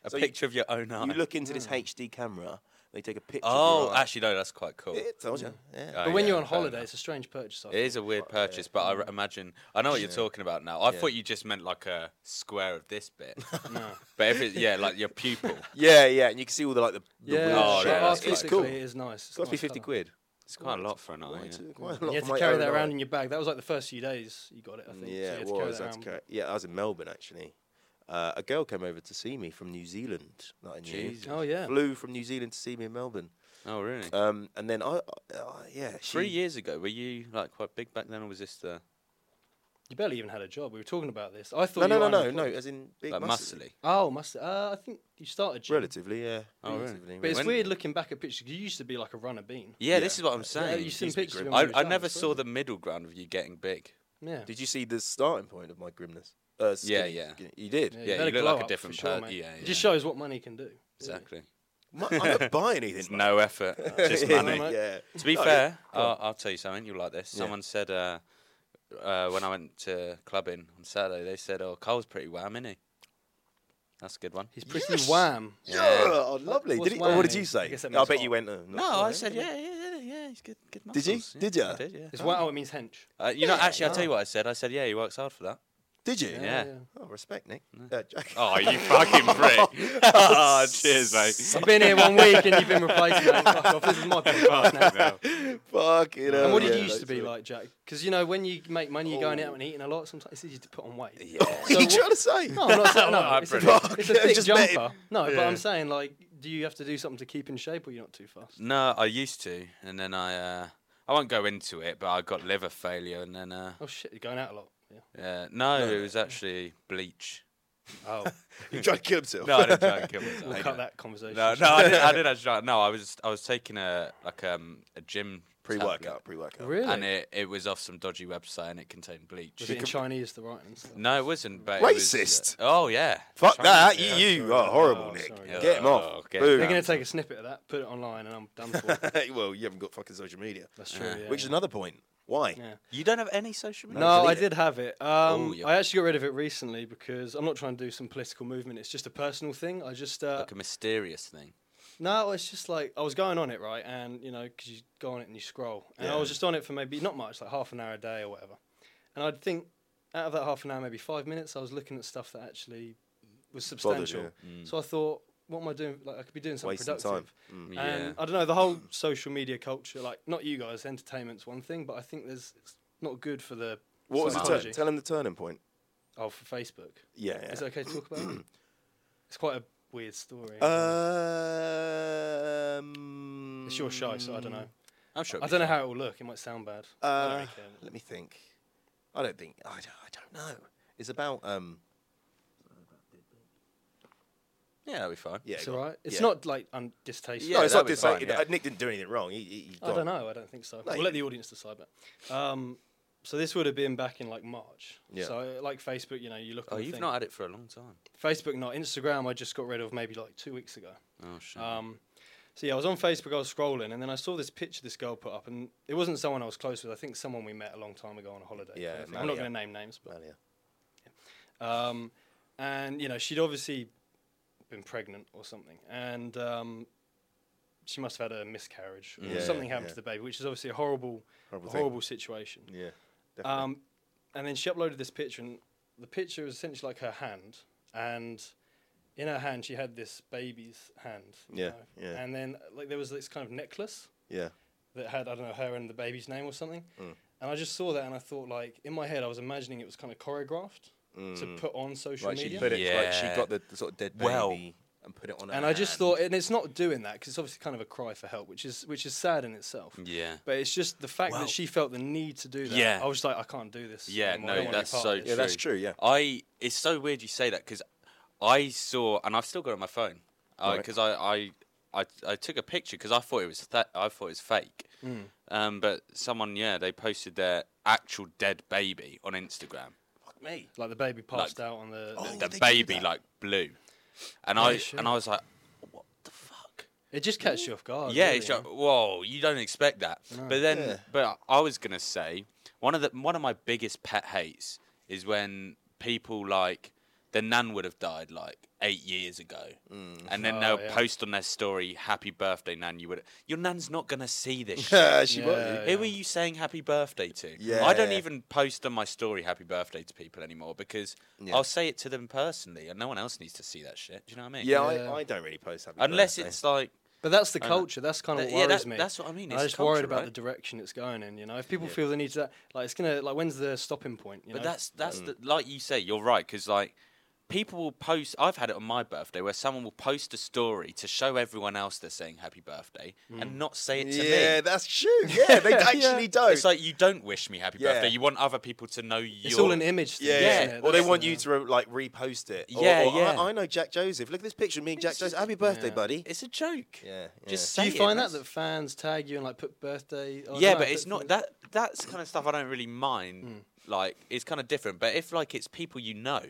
A
So you-
picture of your own eye.
You look into this HD camera. They take a picture.
oh,
of your eye.
actually, no, that's quite cool.
Yeah, told you. Yeah.
Oh,
but when
yeah,
you're on
fair
holiday,
enough.
it's a strange purchase. I
It is a weird purchase, but I re- imagine I know what you're talking about now. I
Yeah.
thought you just meant like a square of this bit,
thought. no.
but if it, yeah, like your pupil,
yeah, yeah, and you can see all the like the, the
Yeah,
weird
Oh,
shit.
yeah, that's
it's
artistically
cool.
it
It's
is nice. It's
got to be
nice
fifty
colour.
quid.
it's quite a lot for an eye.
Quite
Oh, yeah.
a- quite a lot
You had
for
to
my
carry
own
that around
eye.
in your bag. That was like the first few days you got it, I think. So you
Yeah,
had
it
to carry
was.
that
I had to
around.
carry- yeah, I was in Melbourne actually. Uh, a girl came over to see me from New Zealand. Not in
Jesus.
Oh yeah.
Flew from New Zealand to see me in Melbourne.
Oh really?
Um, and then I, I I- yeah, she,
Three years ago, were you like quite big back then, or was this the
You barely even had a job. We were talking about this. I thought
No, no,
you
no,
were
no, no.
unemployed.
As in big,
like
muscly.
muscly?
Oh, must uh, I think you started gym.
Relatively, yeah.
Oh, really?
relatively,
But it's
When-
weird looking back at pictures. 'cause You used to be like a runner bean.
Yeah, this is what I'm
Yeah,
saying.
you've seen
used to be
pictures.
grim.
when we
I,
were
I
young,
never
it's
saw
weird.
the middle ground of you getting big.
Yeah.
Did you see the starting point of my grimness? Uh, skinny-
yeah.
skinny- You did.
Yeah,
had
you look
glow
like a
up,
different
for sure,
per-
mate.
yeah,
It just
yeah.
shows what money can do.
Exactly.
My- I don't buy anything.
It's
mate.
no effort, just
Yeah,
money.
Yeah.
To be
No,
fair, I'll, I'll tell you something. You'll like this.
Yeah.
Someone said uh, uh, when I went to clubbing on Saturday, they said, "Oh, Cole's pretty wham, isn't he?" That's a good one.
He's pretty
Yes!
wham.
Yeah. Oh, lovely.
What's
Did he, oh, what did
whammy?
you
I
say?
guess that
I
means
bet you
hot.
went. Uh,
No, I said, yeah, yeah, yeah, yeah. He's good, good
Did you?
muscles." Yeah,
Did ya?
I did, yeah.
His wow means hench.
Uh, you know, actually, I'll tell you what I said. I said, yeah, he works hard for that.
Did you?
Yeah.
Oh, respect, Nick. Uh, Jack.
Oh, you fucking prick. oh, cheers, mate.
You've been here one week and you've been replaced, mate. Fuck off. This is my podcast now. Oh,
Fuck it.
And what did you used to be like, Jack? Because you know when you make money, you're going out and eating a lot. Sometimes it's easy to put on weight. Yeah.
What are you trying to say?
No, I'm not saying
Oh,
no.
I
It's a, it's
pretty-
a
Fuck, I
thick
just met
jumper.
him.
No, but
Yeah.
I'm saying like, do you have to do something to keep in shape, or you're not too fast?
No, I used to, and then I, uh, I won't go into it, but I got liver failure, and then, uh,
Oh shit, you're going out a lot. Yeah.
uh, no, it was actually bleach.
Oh,
You tried to kill himself.
No, I didn't try and kill myself.
we'll cut that conversation.
No, no, I didn't, I didn't actually. try- No, I was, I was taking a like um a gym tablet,
Pre-workout, pre-workout.
Really?
and it, it was off some dodgy website, and it contained bleach.
was it in Chinese the right and stuff?
No, it wasn't. But it was, uh,
Racist.
oh yeah.
Fuck
Chinese,
that.
yeah.
You, you are horrible,
Oh,
Nick.
sorry.
Get him
Oh,
off.
okay.
Boo.
They're going to take a snippet of that, put it online, and I'm done for.
well, you haven't got fucking social media.
That's true. yeah,
Which
yeah.
is another point. Why?
Yeah.
You don't have any social media.
No,
delete
I
it. Oh,
did have it. Um,
you're-
I actually got rid of it recently because I'm not trying to do some political movement. It's just a personal thing. I just uh,
Like a mysterious thing.
no, it's just like I was going on it right, and you know, because you go on it and you scroll, and I was just on it for maybe not much, like half an hour a day or whatever. And I'd think out of that half an hour, maybe five minutes, I was looking at stuff that actually was substantial. So I thought, what am I doing? Like I could be doing something
Mm. Wasting time. Mm.
productive. And I don't know, the whole social media culture, like not you guys, entertainment's one thing, but I think there's it's not good for the
What was the
psychology.
turn? Tell him the turning point.
Oh, for Facebook.
Yeah.
Is it
yeah.
okay to talk about it? It's quite a weird story.
Um,
it's your show, so I don't know.
I'm sure.
I don't know how it will look. It might sound bad. I don't
Uh,
really care.
let me think. I don't think. I don't, I don't know. It's about. um.
Yeah, that'll be fine.
Yeah.
It's
go
all
on.
right. It's
Yeah.
not like un- distasteful.
no,
Yeah,
it's
that'll
not
be
this. like,
fine, yeah.
uh, Nick didn't do anything wrong. He, he, he
I
gone.
don't know. I don't think so.
No,
we'll let the audience decide that. Um, so this would have been back in like March.
Yeah.
So like Facebook, you know, you look.
Oh,
on the
you've
thing.
not had it for a long time.
Facebook, not Instagram. I just got rid of maybe like two weeks ago.
Oh shit.
Uh,
Um, so yeah, I was on Facebook. I was scrolling, and then I saw this picture this girl put up, and it wasn't someone I was close with. I think someone we met a long time ago on a holiday.
Yeah,
kind of thing. I'm not
Malia.
going to name names, but
Well, yeah.
Um, and you know, she'd obviously been pregnant or something, and um, she must have had a miscarriage or
Yeah,
something happened
yeah.
to the baby, which is obviously a horrible,
Horrible
horrible,
thing.
situation.
Yeah. Definitely.
Um, and then she uploaded this picture, and the picture was essentially like her hand, and in her hand she had this baby's hand. you
Yeah,
know?
yeah.
And then like there was this kind of necklace
Yeah.
that had I don't know her and the baby's name or something.
Hmm.
And I just saw that and I thought like in my head I was imagining it was kind of choreographed to put on social
Like Hmm. she
media.
put it. Like she
Yeah.
got the, the sort of dead baby
Well-
and put it on.
and
her
I just
hand.
thought, and it's not doing that because it's obviously kind of a cry for help, which is which is sad in itself.
Yeah.
But it's just the fact
Wow.
that she felt the need to do that.
Yeah.
I was like, I can't do this. anymore.
Yeah,
I
no,
don't wanna be
that's
part
so
of this.
Yeah, that's true. Yeah.
I it's so weird you say that because I saw and I've still got it on my phone
Right.
because I, I I I took a picture because I thought it was th- I thought it was fake.
Hmm.
Um, but someone yeah they posted their actual dead baby on Instagram.
Fuck me.
Like the baby passed out on the.
Oh.
the-
they
the
can do
baby
that?
like blue, and
Yeah,
I
sure.
and I was like, what the fuck?
It just catches you off guard.
yeah,
Oh, really.
it's like, whoa, you don't expect that. But then,
Yeah.
but I was gonna say one of the one of my biggest pet hates is when people like their nan would have died like eight years ago,
Mm.
and then
Oh,
they'll
yeah.
post on their story, "Happy birthday, nan." You would your nan's not gonna see this. shit.
Yeah, she
Yeah.
was.
Who are you saying happy birthday to? I don't
Yeah.
even post on my story happy birthday to people anymore because
Yeah.
I'll say it to them personally, and no one else needs to see that shit. Do you know what I mean?
Yeah,
Yeah.
I, I don't really post happy
Unless
birthday.
it's like
But that's the
I know.
culture. That's kind of
Th-
what
yeah,
worries
that-
me.
that's what I mean,
I'm
it's
just
culture,
worried about
right?
the direction it's going in. You know, if people feel the need to that, like it's gonna, like when's the stopping point? You
But
know?
that's that's
Mm.
the, like you say, you're right because like people will post. I've had it on my birthday where someone will post a story to show everyone else they're saying happy birthday
Mm.
and not say it to
yeah,
me.
that's true. Yeah, they
Yeah.
actually don't.
It's like you don't wish me happy
Yeah.
birthday. You want other people to know you.
it's all an image. Thing,
yeah,
Yeah,
isn't it?
or they
That's
want
the-
you to like repost it. Or-
Yeah,
or, I-
yeah.
I, know Jack Joseph. Look at this picture of me and Jack
It's
Joseph. Happy birthday,
yeah.
buddy.
It's a joke.
yeah, yeah.
Just
Do
say
you
it,
find that
that's-
that fans tag you and like put birthday? or I
yeah,
dunno,
but
put
it's not
things-
that. That's kind of stuff I don't really mind.
Mm.
Like it's kind of different. But if like it's people you know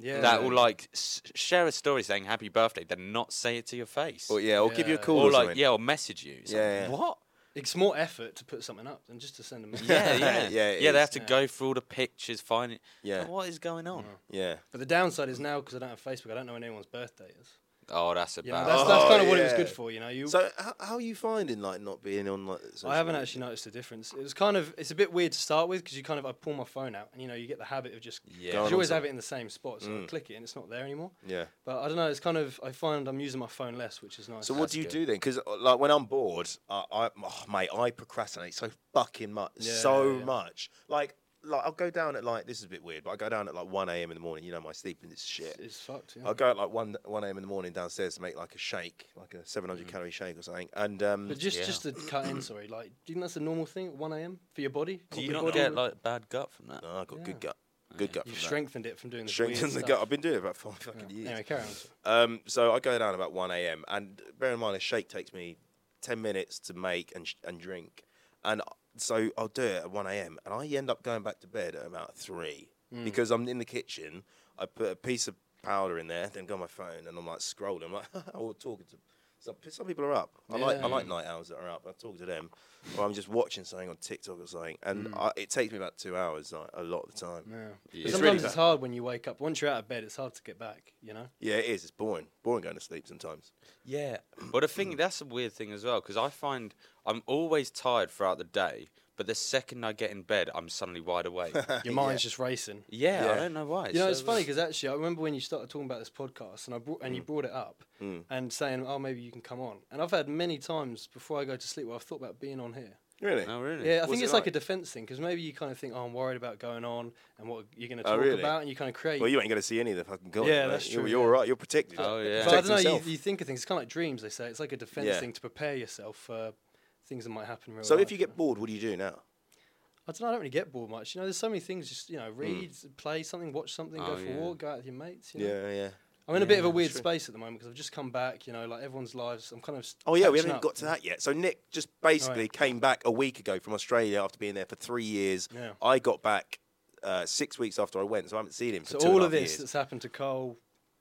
Yeah.
that will like s- share a story saying happy birthday, then not say it to your face.
Or yeah, or give you a
Yeah.
call
Or,
or,
like
something.
yeah, or message you. It's like,
Yeah, yeah.
What?
It's more effort to put something up than just to send a message.
Yeah,
Yeah,
yeah, yeah.
it
they
is.
have to
Yeah.
go through all the pictures, find it.
Yeah.
Like, what is going on?
yeah.
But the downside is now because I don't have Facebook, I don't know when anyone's birthday is.
Oh, that's a
You know,
bad.
that's that's
Oh,
kind of what it was
yeah.
good for. You know, you.
So how, how are you finding like not being on like? social
I haven't
media?
actually noticed a difference. It was kind of it's a bit weird to start with because you kind of I pull my phone out and you know you get the habit of just 'cause
Yeah.
Going
you always
on
have it in the same spot, so I click it and it's not there anymore.
Yeah.
But I don't know. It's kind of I find I'm using my phone less, which is nice.
So what do you do then? Because like when I'm bored, I, I oh, mate, I procrastinate so fucking much,
Yeah,
so
yeah.
much. Like like I'll go down at like this is a bit weird, but I go down at like one a.m. in the morning. You know my sleeping is shit.
It's fucked. Yeah.
I'll go at like one one a.m. in the morning downstairs to make like a shake, like a seven hundred calorie shake or something. And um,
Mm. But just
Yeah.
just to cut in, sorry, like do you think that's a normal thing? at One a.m. for your body.
Do you
Your
not
body
get
would-
like bad gut from that?
no, I got good gut, good gut.
You've
from that.
strengthened it from doing this. weird
Strengthens the
stuff.
gut. I've been doing it about five fucking years.
Anyway, carry on.
Um, so I go down about 1 a.m. and bear in mind a shake takes me 10 minutes to make and, sh- and drink. And so I'll do it at 1 a.m. and I end up going back to bed at about 3 because I'm in the kitchen. I put a piece of powder in there, then go on my phone and I'm like scrolling. I'm like, or talking to some, some people are up. I like I like night owls that are up. I talk to them, or I'm just watching something on TikTok or something, and I, it takes me about two hours, like a lot of the time.
Yeah. But
really
Sometimes
bad.
it's hard when you wake up. Once you're out of bed, it's hard to get back. You know.
Yeah, it is. It's boring. Boring going to sleep sometimes.
Yeah. Well, the thing that's a weird thing as well because I find I'm always tired throughout the day, but the second I get in bed, I'm suddenly wide awake. yeah,
Your mind's just racing.
I
Yeah.
don't know why.
You know,
so
it's
weird.
funny because actually, I remember when you started talking about this podcast, and I brought
Mm.
and you brought it up, and saying, "Oh, maybe you can come on." And I've had many times before I go to sleep where I've thought about being on here.
Really?
No, really.
Yeah, I
What's
think
it
it's like?
like?
a defense thing because maybe you kind of think, "Oh, I'm worried about going on and what you're going to
Oh,
talk
really?
about," and you kind of create.
Well, you ain't going to see any of the fucking gold.
Yeah, that's
You're,
true,
you're
yeah.
all right. You're protected.
Oh,
But
yeah.
Protect
I don't know.
himself.
You, you think of things. It's kind of like dreams. They say it's like a defense
Yeah.
thing to prepare yourself for things that might happen. In real
so
life,
if you get bored, what do you do now?
I don't know. I don't really get bored much. You know, there's so many things. Just you know,
Hmm.
read, play something, watch something,
Oh,
go for
yeah.
a walk, go out with your mates. You know?
yeah.
I'm in a bit of a
Yeah,
weird
true.
space at the moment because I've just come back. You know, like everyone's lives. I'm kind of.
Oh yeah,
catching
we haven't even
up.
got to that yet. So Nick just basically
Right.
came back a week ago from Australia after being there for three years.
Yeah.
I got back uh, six weeks after I went, so I haven't seen him.
So
for two
all
and a
of
half
this
years.
that's happened to Cole,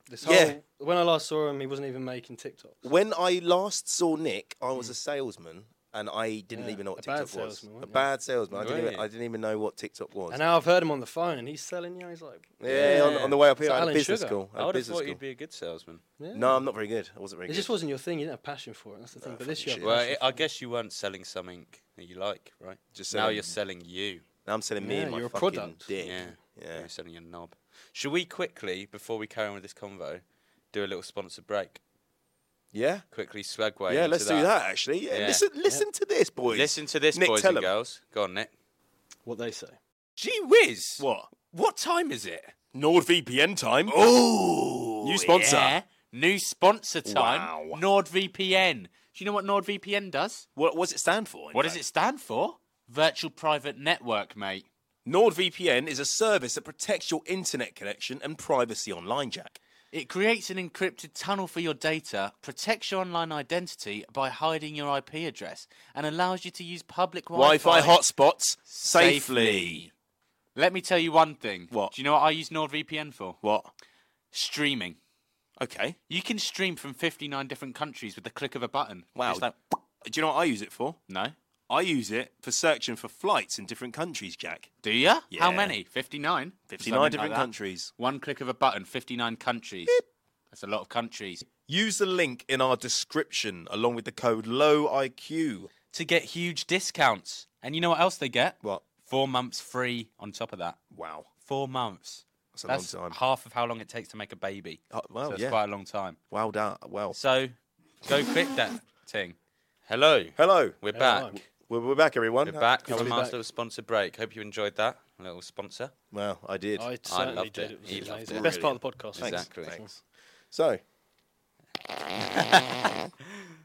this whole
Yeah.
when I last saw him, he wasn't even making TikToks.
When I last saw Nick, I was a salesman. And I didn't
Hmm. Yeah,
even know what
a bad
TikTok was.
salesman,
a
weren't you?
bad salesman. I
Were
didn't, even,
you?
I didn't even know what TikTok was.
And now I've heard him on the phone, and he's selling. You know, he's like,
yeah, On,
Yeah.
on the way up here,
So
I had a
Alan
business
Sugar.
school. I
I
had a
would have
business
thought
school.
you'd be a good salesman.
yeah.
No, I'm not very good. I wasn't very
it
good.
just wasn't your thing. You didn't have passion for it. That's the thing. but this year,
fucking
I've got
shit.
Well,
passion
I guess you weren't selling something that you like, right?
Just
now
selling-
you're selling you.
Now I'm selling me
Yeah,
and my
you're a
fucking
product.
dick.
Yeah.
Yeah.
You're selling your knob. Should we quickly, before we carry on with this convo, do a little sponsored break?
Yeah.
Quickly swagway.
Yeah,
into
let's do that actually. Yeah,
Yeah.
Listen, listen to this, boys.
Listen to this,
Nick,
boys
tell
and
'em.
girls. Go on, Nick.
What they say.
Gee whiz!
What?
What time is it?
NordVPN time. Oh,
New sponsor. New sponsor time.
Wow.
NordVPN. Do you know what NordVPN does?
What, what does it stand for? in
What does
fact?
it stand for? Virtual Private Network, mate.
NordVPN is a service that protects your internet connection and privacy online, Jack.
It creates an encrypted tunnel for your data, protects your online identity by hiding your IP address, and allows you to use public Wi
Wi-Fi hotspots safely.
Let me tell you one thing.
What?
Do you know what I use NordVPN for?
What?
Streaming.
Okay.
You can stream from 59 different countries with the click of a button.
Wow.
Just like-
Do you know what I use it for?
no.
I use it for searching for flights in different countries, Jack.
Do you? How
Yeah.
many? 59?
59
Something
different
like that.
countries.
One click of a button, 59 countries. That's a lot of countries.
Use the link in our description along with the code LOWIQ.
To get huge discounts. And you know what else they get?
What?
Four months free on top of that.
Wow.
Four months.
That's a
That's
long time.
half of how long it takes to make a baby.
Oh, well,
so it's
yeah.
quite a long time.
Well done. Well.
So go click that thing. Hello.
Hello.
We're
Hello.
back.
We're, we're back, everyone.
We're back
How-
from
be
our
back.
little sponsor break. Hope you enjoyed that little sponsor.
Well, I did.
I certainly
loved
did.
it.
It was
He loved
amazing.
it.
Best part of the podcast.
Exactly.
Thanks. So,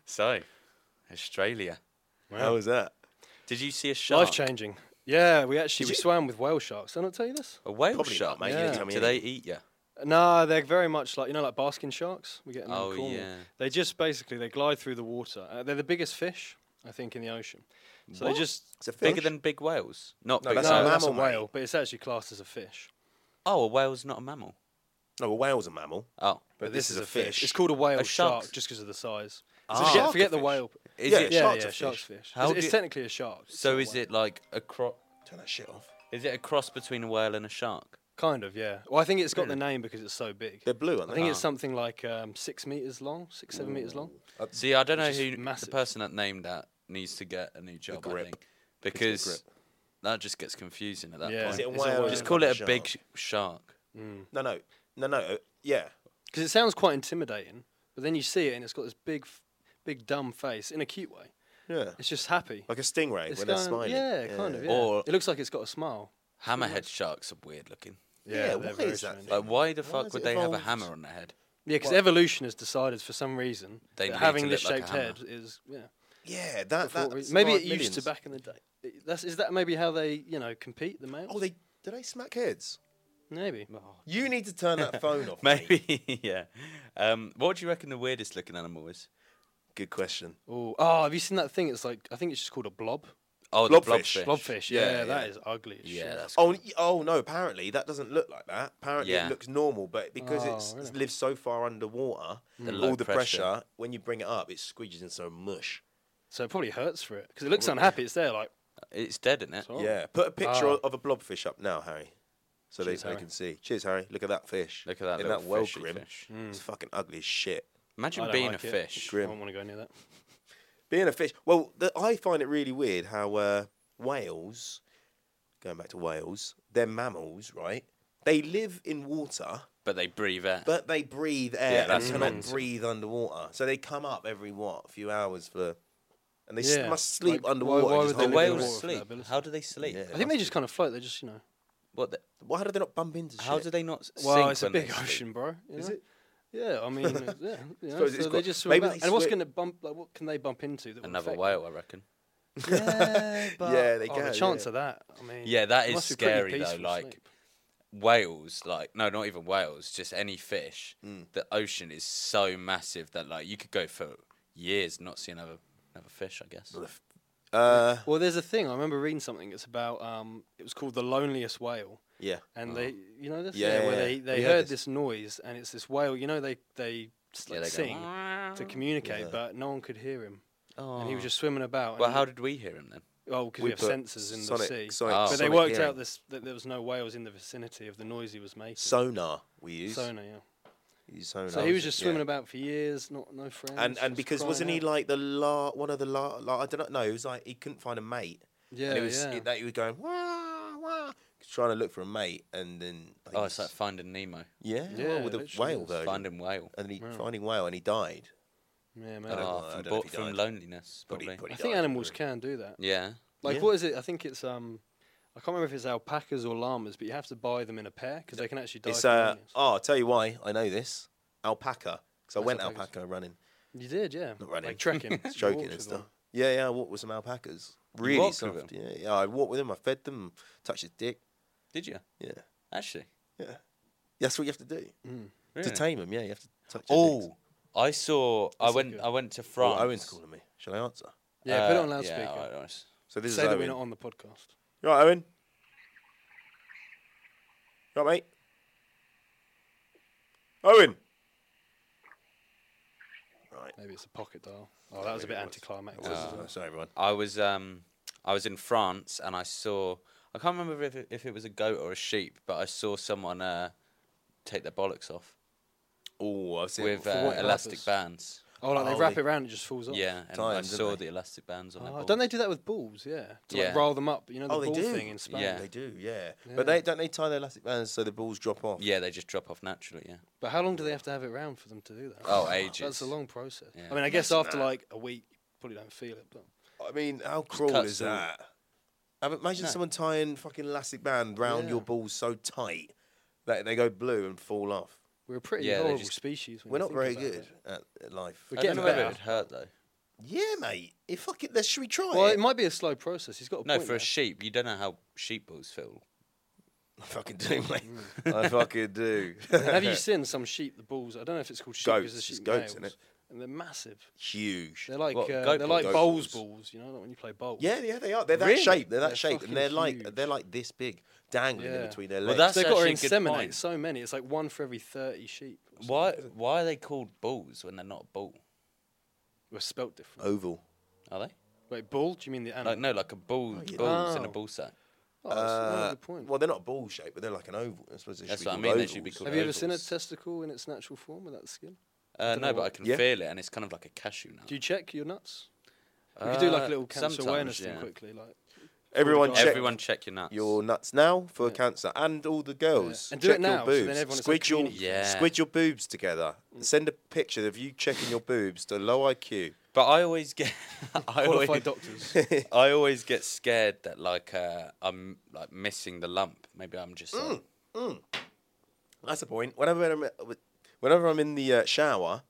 So, Australia.
how was that?
Did you see a shark?
Life changing. Yeah, we actually
Did
we
you-
swam with whale sharks. Did I not tell you this?
A whale
Probably not,
shark,
mate.
You didn't
Yeah.
tell me
Do they eat you?
No, they're very much like you know, like basking sharks. We get them
Oh,
in Cornwall.
yeah.
They just basically they glide through the water. Uh, they're the biggest fish, I think, in the ocean. So they just
It's a
Bigger
fish.
than big whales? Not
No,
big.
that's
no,
a
that's a
mammal, mate.
whale, but it's actually classed as a fish.
Oh, a whale's not a mammal.
No, a whale's a mammal,
Oh,
but, this, is a fish.
It's called a whale
A
shark
shark's-
just because of the size.
It's
So
a
forget,
shark
forget
a
the
fish.
whale.
is
Yeah,
it?
yeah.
yeah,
shark's
yeah,
a fish.
shark's fish.
How
it's,
do
it's
you-
technically a shark. It's not
So
a
is
whale.
it like a cro-
Turn that shit off.
Is it a cross between a whale and a shark?
Kind of, yeah. Well, I think it's got the name because it's so big.
They're blue, aren't
I
they?
think it's something like um, six meters long, six seven meters long.
See, I don't know
is
who
massive.
the person that named that needs to get a new job. I
grip.
think because that just gets confusing at that
Yeah.
point.
Is it a
It's a
whale?
whale.
or
just
is
call
like
it a big
shark?
sh- shark.
No, no, no, no. uh, Yeah,
Because it sounds quite intimidating, but then you see it and it's got this big, f- big dumb face in a cute way.
yeah.
It's just happy.
Like a stingray
It's going,
when they're smiling.
yeah, kind of. Yeah.
Or-
it looks like it's got a smile.
Hammerhead sharks are weird looking.
Yeah,
they're
why
very
is that
strange.
thing?
Like, why the
Why
fuck
has
would
it
they have a
evolved?
hammer on their head?
Yeah, because evolution has decided for some reason
They
that
need to
having
look
this
like a
shaped
hammer.
head is yeah.
Yeah, that.
for what
that
reason. maybe it used to back in the day. It- That's is that maybe how they you know compete the males?
Oh, they do they smack heads?
maybe.
You need to turn that phone off. mate.
Maybe, yeah. Um, what do you reckon the weirdest looking animal is?
Good question.
Oh, oh, have you seen that thing? It's like I think it's just called a blob.
Oh, the
Blobfish.
blobfish.
Blobfish.
Yeah,
Yeah,
yeah.
that is ugly. As
Yeah,
shit.
that's
Oh, y- oh no! Apparently that doesn't look like that. Apparently
Yeah.
it looks normal, but because it's
Oh, really?
it lives so far underwater,
The low
all the pressure.
pressure.
when you bring it up, it squidges into mush.
So it probably hurts for it because it looks unhappy. It's there like.
It's dead, isn't it?
Oh.
Yeah, put a picture
Ah.
o- of a blobfish up now, Harry, so they,
Cheers,
they
Harry.
can see. Cheers, Harry. Look at that fish.
Look at that
In
little
that well
fishy
grim.
fish.
Hmm.
It's fucking ugly as shit.
Imagine
I don't
being
like
a
it.
fish.
I
Grim.
don't want to go near that.
Being a fish. Well, the, I find it really weird how uh, whales, going back to whales, they're mammals, right? They live in water,
But they breathe air.
but they breathe air.
Yeah,
and
that's
cannot
mental.
breathe underwater. So they come up every what, few hours for, and they s-
Yeah,
must sleep
like, why-
underwater.
why
just
would
the
they
holding
live in
their
whales
water for their
sleep.
ability.
How do they sleep?
Yeah.
I think they just kind of float. They just you know.
What? The,
Why do they not bump into shit?
how do they not?
Well,
sink
it's a
when they
big
sleep?
ocean, bro. you
Is
know?
it?
Yeah, I mean, it's- yeah. You know,
Suppose it's
so they
got-
just
maybe
swim about.
they
And what's
swim-
going to bump? Like, what can they bump into? That will
Another
affect
whale, I reckon.
them? Yeah, but
Yeah, they
oh,
can,
The chance
yeah.
of that. I mean,
Yeah, that
it
is
must be pretty
scary though.
peaceful
Like
sleep.
whales, like no, not even whales, just any fish.
Hmm.
The ocean is so massive that like you could go for years not see another another fish. I guess.
Uh,
Well, there's a thing. I remember reading something. It's about. Um, it was called the loneliest whale,
yeah.
and they, you know, this.
Oh. Yeah,
where
yeah,
they
yeah.
they
We heard
heard
this.
this noise, and it's this whale. You know, they they s-
Yeah,
like,
they go,
sing to communicate,
Yeah.
but no one could hear him,
Oh.
and he was just swimming about.
Well,
and
how did we hear him then?
Oh, because
We
we have
put
sensors in the
sonic-
sea.
sonic-
Oh.
But they
sonic
worked
hearing.
out this that there was no whales in the vicinity of the noise he was making.
sonar. We use
Sonar, yeah.
Use sonar.
So he was just
Yeah.
swimming about for years, not no friends.
and and
just
because
crying
wasn't he
out.
like the la one of the la, la I don't know. It was like he couldn't find a mate.
yeah,
and it was
yeah.
it- that he was going wah wah trying to look for a mate, and then they
Oh, it's like
just-
Finding Nemo.
yeah,
Yeah,
well, with a
literally
whale
is.
though,
Finding whale.
and he
Wow.
finding whale, and he died.
Yeah, man.
don't know, I
Ah, from,
don't know if
bo-
he
from
died.
loneliness, probably.
But he
I think
died,
animals
probably.
can do that.
Yeah.
Like,
Yeah.
what is it? I think it's um, I can't remember if it's alpacas or llamas, but you have to buy them in a pair because they can actually die.
It's
from
uh
loneliness.
oh, I'll tell you why I know this alpaca because I
That's
went
alpacas.
alpaca running,
you did, yeah.
not running,
Like trekking,
stroking
walks
and
with
stuff.
one.
Yeah, yeah, I walked with some alpacas. Really
walked with
soft. Yeah, yeah, I walked with them. I fed them, touched his dick.
Did you?
Yeah,
Actually.
yeah. That's what you have to do
Really?
to tame them. Yeah, you have to touch. their dicks.
Oh, I saw. I
That's
went.
good.
I went to
Oh,
France.
Owen's calling me. Shall I answer?
Yeah, put it
Uh,
on loudspeaker.
Yeah, alright, nice.
So this
Say
is
that
Owen.
we're not on the podcast.
You all right, Owen? You all right, mate? Owen. Right.
Maybe it's a pocket dial. Oh, that was a bit anticlimactic. wasn't
Uh, sorry, everyone.
I was. Um, I was in France and I saw. I can't remember if it, if it was a goat or a sheep, but I saw someone uh, take their bollocks off
Oh, I've seen
with
it.
uh,
what
elastic
purpose?
bands.
it? Oh, like they
Oh,
wrap
they-
it around, it just falls off.
Yeah, and
Tie
I
'em, didn't
saw
they?
the elastic bands on their
Oh,
balls.
don't they do that with balls? Yeah, to
Yeah.
like roll them up. You know the
Oh, they
ball
do.
thing in Spain.
Yeah.
Yeah.
They do, yeah.
Yeah.
But they don't they tie their elastic bands so the balls drop off.
Yeah, they just drop off naturally. Yeah.
But how long do they have to have it round for them to do that?
Oh,
That's
ages.
a long process.
Yeah.
I mean, I guess after like a week, you probably don't feel it. But
I mean, how cruel
cuts
is
all-
that? I mean, imagine
No.
someone tying fucking elastic band round
Yeah.
your balls so tight that they go blue and fall off.
we're a pretty
Yeah, they
horrible
just-
species. when you
We're not
think
very
about it.
good at, at life.
We're
I
getting
don't know whether it
better.
would hurt though.
Yeah, mate. If fucking, let's, should we try
Well,
it?
it might be a slow process. He's got a
No,
point
for a
there.
sheep, you don't know how sheep balls feel.
I fucking do, mate. I fucking do.
Hmm. have you seen some sheep? The balls. I don't know if it's called sheep. 'cause
Goats,
the
it's
sheep
goats,
males,
innit?
and they're massive.
Huge.
They're like
What,
uh, they're
goat balls?
like
Goat
bowls
balls.
balls. You know, like when you play bowls.
Yeah, yeah, they are. They're that
Really?
shape. They're that
They're
shape,
fucking
and they're like
huge.
they're like this big, dangling
Yeah.
in between their legs.
Well,
So
that's
they've got to
actually a good
inseminate
point.
so many. It's like one for every thirty sheep. or something.
Why? Why are they called balls when they're not a ball?
We're spelt different.
oval.
Are they?
Wait, ball? Do you mean the animal?
Oh. Like no, like a ball,
yeah.
balls in
Um,
a
Oh.
ball sack.
oh, that's
Uh,
another good point.
Well, they're not ball shaped, but they're like an oval. I suppose they should
That's
be
what I
called
mean, they should be
ovals.
called-
Have you ever seen a
ovals.
testicle in its natural form without skin?
Uh,
don't
no,
know
but I
what-
can
Yeah.
feel it, and it's kind of like a cashew nut.
Do you check your nuts? You could do like a
Uh,
little cancer
sometimes,
awareness
yeah.
thing quickly, like
Everyone,
Everyone
check
Everyone check your nuts.
your nuts now for
Yeah.
cancer, and all the girls.
And do
check
it now,
Your
so then
boobs.
everyone is
squid
like Mm.
your
communicating.
Yeah.
squid your boobs together. Send a picture of you checking your boobs to low IQ.
But I always get, I always,
qualified doctors.
I always get scared that like uh, I'm like missing the lump. Maybe I'm just uh, like,
Mm.
That's the point. Whenever I'm, whenever I'm in the uh, shower,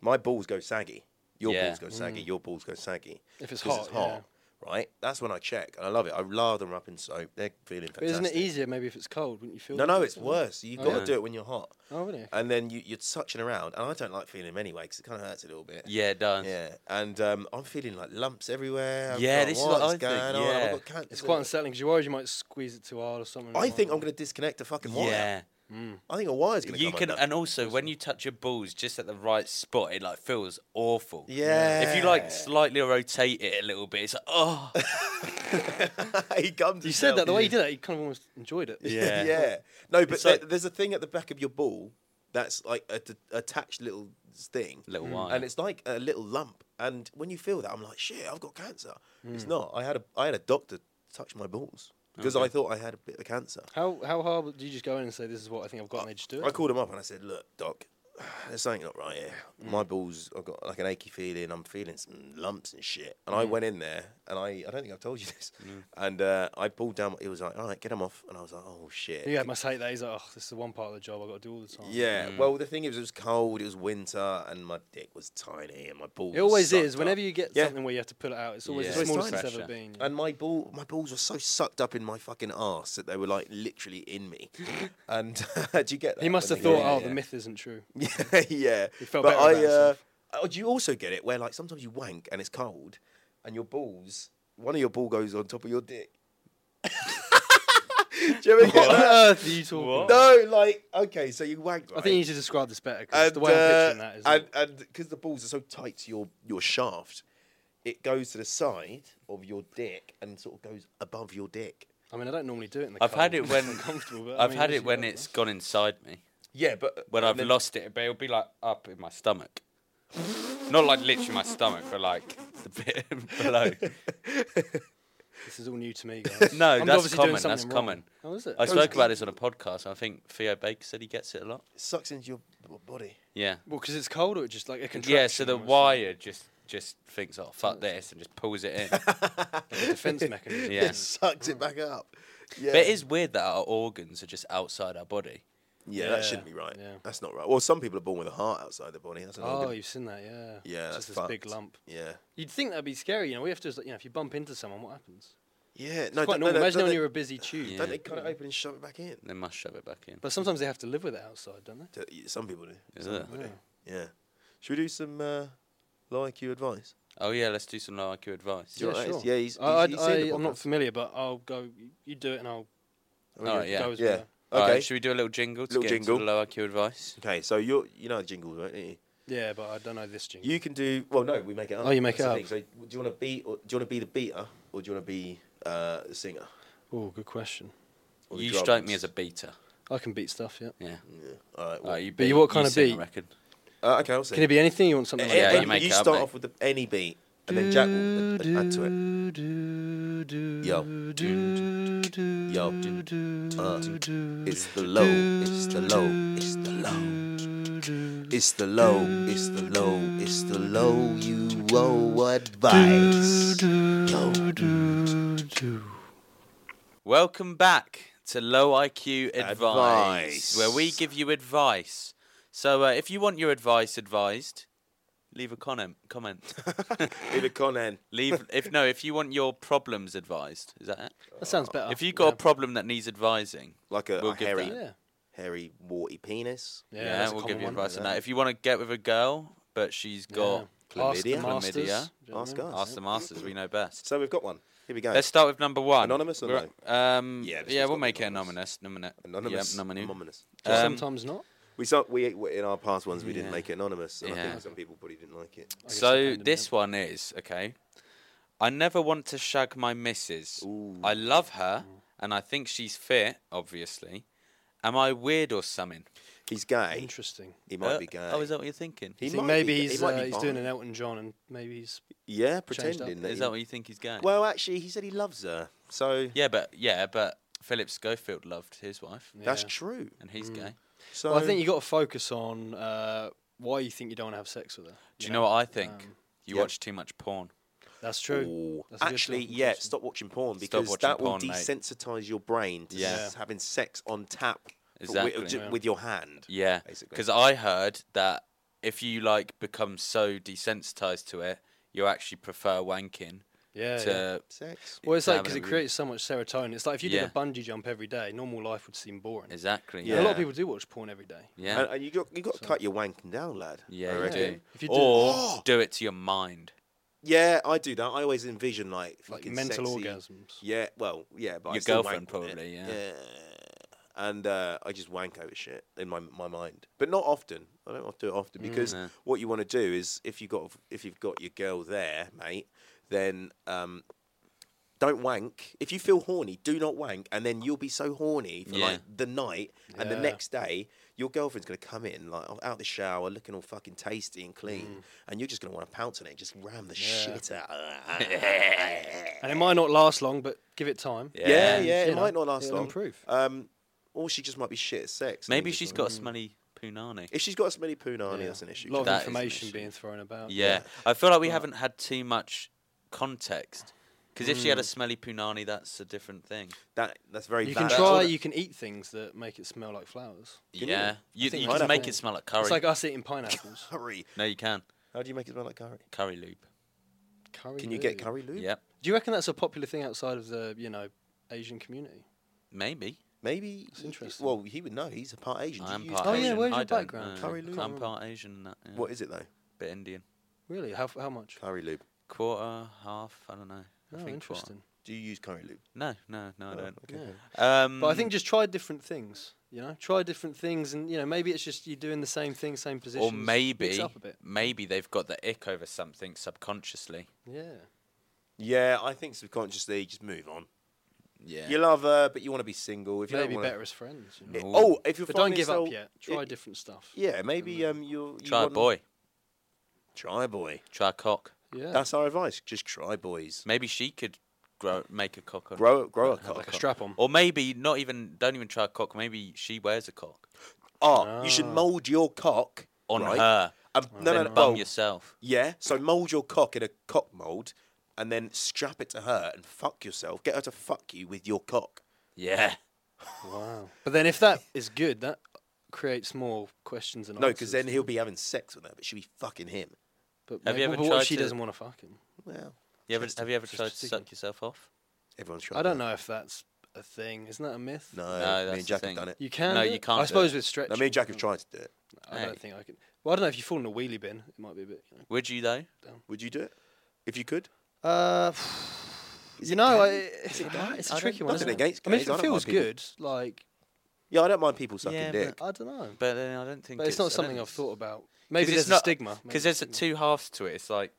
my balls go saggy. Your
Yeah.
balls go
Mm.
saggy. Your balls go saggy.
If it's
'Cause
hot, yeah.
right? That's when I check, and I love it. I lather them up in soap. They're feeling
but isn't
fantastic.
it easier maybe if it's cold? Wouldn't you feel?
No,
that?
no, it's worse. You've got
yeah.
to do it when you're hot.
Oh, really?
And then you, you're touching around, and I don't like feeling them anyway because it kind of hurts a little bit.
yeah, it does.
Yeah, and um, I'm feeling like lumps everywhere. I've
Yeah,
got,
this is
what
what I
going on?
think,
I've
yeah.
got cancer.
It's quite unsettling because you're worried you might squeeze it too hard or something.
I think I'm going to disconnect a fucking wire.
Yeah,
I think a wire's going to
you
come
can,
undone.
and also when you touch your balls just at the right spot, it like feels awful.
yeah.
If you like slightly rotate it a little bit, it's like oh,
he comes.
You said that the way you did it, you kind of almost enjoyed it.
yeah.
Yeah.
No, but
It's
there,
like-
there's a thing at the back of your ball that's like a d- attached little thing. Mm.
little wire.
And it's like a little lump. And when you feel that, I'm like, shit, I've got cancer. It's
Mm.
not. I had a I had a doctor touch my balls because I thought I had a bit of cancer.
How how hard do you just go in and say this is what I think I've got and they just do it?
I called him up and I said, look, doc, there's something not right here.
Mm.
My balls, I've got like an achy feeling. I'm feeling some lumps and shit. And
Mm.
I went in there and I, I don't think I've told you this. And uh, I pulled down. He was like, all right, get them off. And I was like, oh shit.
Yeah, I must hate that. He's like, oh, this is the one part of the job I've got to do all the time.
Yeah, well, the thing is, it was cold, it was winter, and my dick was tiny, and my balls.
It always
sucked
is. Whenever
up.
you get
Yeah.
something where you have to pull it out, it's always
Yeah,
the
it's
smallest
time.
it's ever
Pressure.
been. yeah.
And my ball, my balls were so sucked up in my fucking ass that they were like literally in me. and do you get that?
He must
when
have
they
thought,
get
oh,
in
the myth isn't true.
yeah, yeah.
felt
but
better about
I, uh,
himself.
oh, do you also get it where like sometimes you wank and it's cold, and your balls, one of your ball goes on top of your dick. do you ever get
What on
that?
earth are you talking about?
No, like okay, so you wank.
I
right?
think you need to describe this better because the way
uh,
I'm picturing that is.
and
like-
and because the balls are so tight to your your shaft, it goes to the side of your dick and sort of goes above your dick.
I mean, I don't normally do it in the
I've
cold.
had it
It's
when-
uncomfortable. But I
I've
mean,
had
as
it
you
when
go,
it's gone inside me.
Yeah,
uh,
but
when
and
I've
then-
lost it, but it'll be like up in my stomach. Not like literally my stomach, but like the bit below.
This is all new to me, guys.
No,
I'm
that's
obviously doing
common, that's
something wrong.
common.
How is it?
I spoke about this on a podcast. and I think Theo Baker said he gets it a lot.
It sucks into your b- body.
Yeah.
Well, because it's cold, or it just like a contraction.
Yeah, so the
almost,
wire just just thinks, oh fuck this, and just pulls it in. but
like a defense mechanism.
Yeah.
It sucks it back up. Yeah.
it is weird that our organs are just outside our body.
Yeah,
Yeah,
that shouldn't be right.
yeah.
That's not right. Well, some people are born with a heart outside their body. That's an
Oh,
organ.
you've seen that, yeah.
Yeah,
It's
that's
just this big
fucked.
lump.
Yeah.
You'd think that'd be scary, you know. We have to, you know, if you bump into someone, what happens?
Yeah.
It's
No,
quite
don't- no,
normal.
no,
Imagine
don't
when
they-
you're a busy tube.
Yeah.
Don't they cut it open and shove it back in?
They must shove it back in.
But sometimes they have to live with it outside, don't they?
D- Some people do.
Is
Some
it?
people do. Yeah. Should we do some uh, like you advice?
Oh yeah, let's do some low IQ advice.
Do you want
yeah,
that?
sure.
Yeah, he's- he's-
I,
he's
I,
seen the
I'm not
podcast.
familiar, but I'll go. You do it, and I'll
All right, yeah.
go as
Yeah.
well.
Okay.
All right, should we do a little jingle to
Little
get into
jingle.
the low IQ advice?
Okay. So you you know the jingle, right? don't you?
Yeah, but I don't know this jingle.
You can do well. No, we make it up.
Oh, you make
That's
it
the
up.
thing. So do you want to be or do you want to be the beater or do you want to be uh, the singer?
Oh, good question.
Or the
You
drums? Mm.
strike me as a beater.
I can beat stuff, yeah.
Yeah.
Yeah. All right.
All
Well,
right, you
But
beat.
you what kind
you
of
sing, I
beat?
reckon.
uh, okay, I'll see.
Can it be anything you want? Something
Uh,
like
Yeah,
that?
but
you make it up,
start
mate.
off with the, any beat, and then Jack will ad- add to it. Yo. Yo. Uh, it's the low. It's the low. It's the low. It's the low. It's the low. It's the low. You owe advice. Yo.
Welcome back to Low IQ advice,
Advice.
where we give you advice. So uh, if you want your advice advised, leave a comment. Comment.
Leave it, Conan.
leave if no, if you want your problems advised, is that it?
That sounds better.
if you got a problem that needs advising,
Like a,
We'll
a
give
hairy,
yeah,
that.
yeah,
hairy, warty penis.
yeah,
yeah,
that's a
we'll
common
give you
one.
advice on
Yeah.
that. If you want to get with a girl, but she's got
Yeah. Ask the
chlamydia.
masters, do you know what I
Ask
mean?
us.
ask the masters, we know best.
So we've got one. Here we go.
Let's start with number one.
Anonymous or
We're- Um,
Yeah,
yeah,
this
yeah,
one's
we'll
gotta be
make it
anonymous.
anonymous. Nominate.
anonymous.
Yeah, nominee.
anonymous.
Just
Um,
sometimes not.
We saw we we- in our past ones we didn't
Yeah.
make it anonymous, and I
Yeah.
think some people probably didn't like it.
I guess
So
depending,
this
yeah.
one is okay. I never want to shag my missus. I love her, and I think she's fit. Obviously, am I weird or something?
He's gay.
Interesting.
He might
Uh,
be gay.
Oh, is that what you're thinking?
He
I think
might
maybe
be,
he's
he might
uh,
be
he's doing
bi.
an Elton John, and maybe he's
yeah,
changed up.
pretending that.
Is
he-
that what you think he's gay?
Well, actually, he said he loves her, so
yeah, but yeah, but Philip Schofield loved his wife,
that's
yeah.
true. Hmm.
and he's gay.
So
Well, I think you got to focus on uh, why you think you don't want to have sex with her.
Do you know what I think?
um,
you
yeah.
watch too much porn.
That's true.
Ooh.
That's a good
actually,
thought,
yeah,
actually.
stop watching porn
Stop
because
watching
that will
porn, mate.
desensitize your brain to
Yeah.
s- having sex on tap for-
Exactly.
with, ju-
Yeah.
with your hand.
Yeah,
basically.
because I heard that if you like become so desensitized to it, you actually prefer wanking
Yeah.
to.
yeah.
Sex.
Well, it's
to
like
having
because
a
it
re-
creates so much serotonin. It's like if you
Yeah.
did a bungee jump every day, normal life would seem boring.
Exactly.
And A lot of
Yeah.
people do watch porn every day.
Yeah.
And, and you got you got to cut your wanking down, lad. I
Yeah, you
reckon.
do.
do. If you do-
or do it to your mind.
Yeah, I do that. I always envision like
Like
fucking
mental
sexy-
orgasms.
Yeah, well, yeah, but I
Your
still
girlfriend
wank on it.
probably, yeah.
And uh, I just wank over shit in my my mind, but not often. I don't want to do it often because
Mm, no.
what you want to do is if you got if you've got your girl there, mate, then um, don't wank. If you feel horny, do not wank, and then you'll be so horny for
Yeah.
like the night and the
Yeah.
next day. Your girlfriend's gonna come in like out the shower, looking all fucking tasty and clean,
Mm.
and you're just gonna want to pounce on it, and just ram the shit out.
And it might not last long, but give it time.
Yeah,
Yeah.
yeah,
You
it
know,
might not last
it'll
long.
improve.
Um, or she just might be shit at sex. and
Maybe
just
she's
like-
got a smelly punani.
If she's got as many punani,
Yeah.
that's an issue.
A lot of
That is an
information
issue.
being thrown about.
Yeah. I feel like we haven't had too much context. Because if she
Hmm.
had a smelly punani, that's a different thing.
That that's very.
You can
valid.
try. You can eat things that make it smell like flowers.
Can you?
yeah. You,
I think
you
that's
can make
fine.
it smell like curry.
It's like us eating pineapples.
curry.
no, you can.
How do you make it smell like curry?
Curry lube.
curry.
Can you get
lube.
curry lube?
Yep.
Do you reckon that's a popular thing outside of the you know Asian community?
Maybe.
Maybe. he-
interesting.
Well, he would know. He's a part Asian. Do
I'm
you use
part
Oh, yeah,
curry
Asian.
lube?
where's
I
your
don't
background? Oh.
know.
Curry lube.
I'm part Asian. and That, yeah.
What is it though?
Bit Indian.
Really? How how much?
Curry lube.
Quarter, half, I don't know. I
Oh,
think quarter.
interesting.
Do you use curry lube?
No, no, no, I
Oh,
don't.
okay.
Yeah.
Um,
But I think just try different things. You know, try different things, and you know maybe it's just you doing the same thing, same position.
or maybe,
mix up a bit.
maybe they've got the ick over something subconsciously.
Yeah.
Yeah, I think subconsciously just move on.
Yeah.
You love her, but you want to be single. If you
maybe
don't wanna...
better as friends. You know?
Yeah.
Ooh.
Oh, if you
But don't give up yet. Try
It...
different Mm. stuff.
Yeah, maybe um you're, you
Try a
want-
boy.
Try a boy.
Try a cock.
Yeah.
That's our advice. Just try boys.
Maybe she could grow, make a cock on.
Grow, grow a
Have
cock.
a strap on.
Or maybe not even. Don't even try a cock. Maybe she wears a cock
Ah, you should mould your cock
on
right?
her.
Um, no, no,
then
no,
bum
oh,
yourself.
Yeah, so mould your cock in a cock mould and then strap it to her and fuck yourself. Get her to fuck you with your cock.
Yeah.
Wow. But then if that is good, that creates more questions and
No,
answers.
because then he'll be having sex with her, but she'll be fucking him.
But,
Have you
maybe-
ever
but what
tried
if she
to-
doesn't want to fuck him?
Well,
You ever, have you ever
just
tried
a
to
secret.
suck yourself off?
everyone's trying.
I don't know if that's a thing. Isn't that a myth?
No,
No,
me
that's
and
the
Jack have
thing.
done it.
You can.
No,
do
you
it?
can't
I
do
suppose
it.
with stretch.
No, me and Jack have tried to do it.
I
Hey.
don't think I could. Well, I don't know if you fall in a wheelie bin. It might be a bit. You
Would you though?
Would you do it if you could?
know. Uh, you know, I, it's, it's a
I
tricky
don't
one.
know.
isn't
Nothing
it?
against
I mean,
gays,
if
I
it
don't mind
feels
people-
good, like
Yeah, I don't mind people sucking
Yeah, but-
dick.
I don't know,
But then I don't think.
but it's not
I
something
don't-
I've thought about.
'cause
Maybe
it's
there's a
not-
stigma. maybe
Because there's a
stigma.
two halves to it. It's like,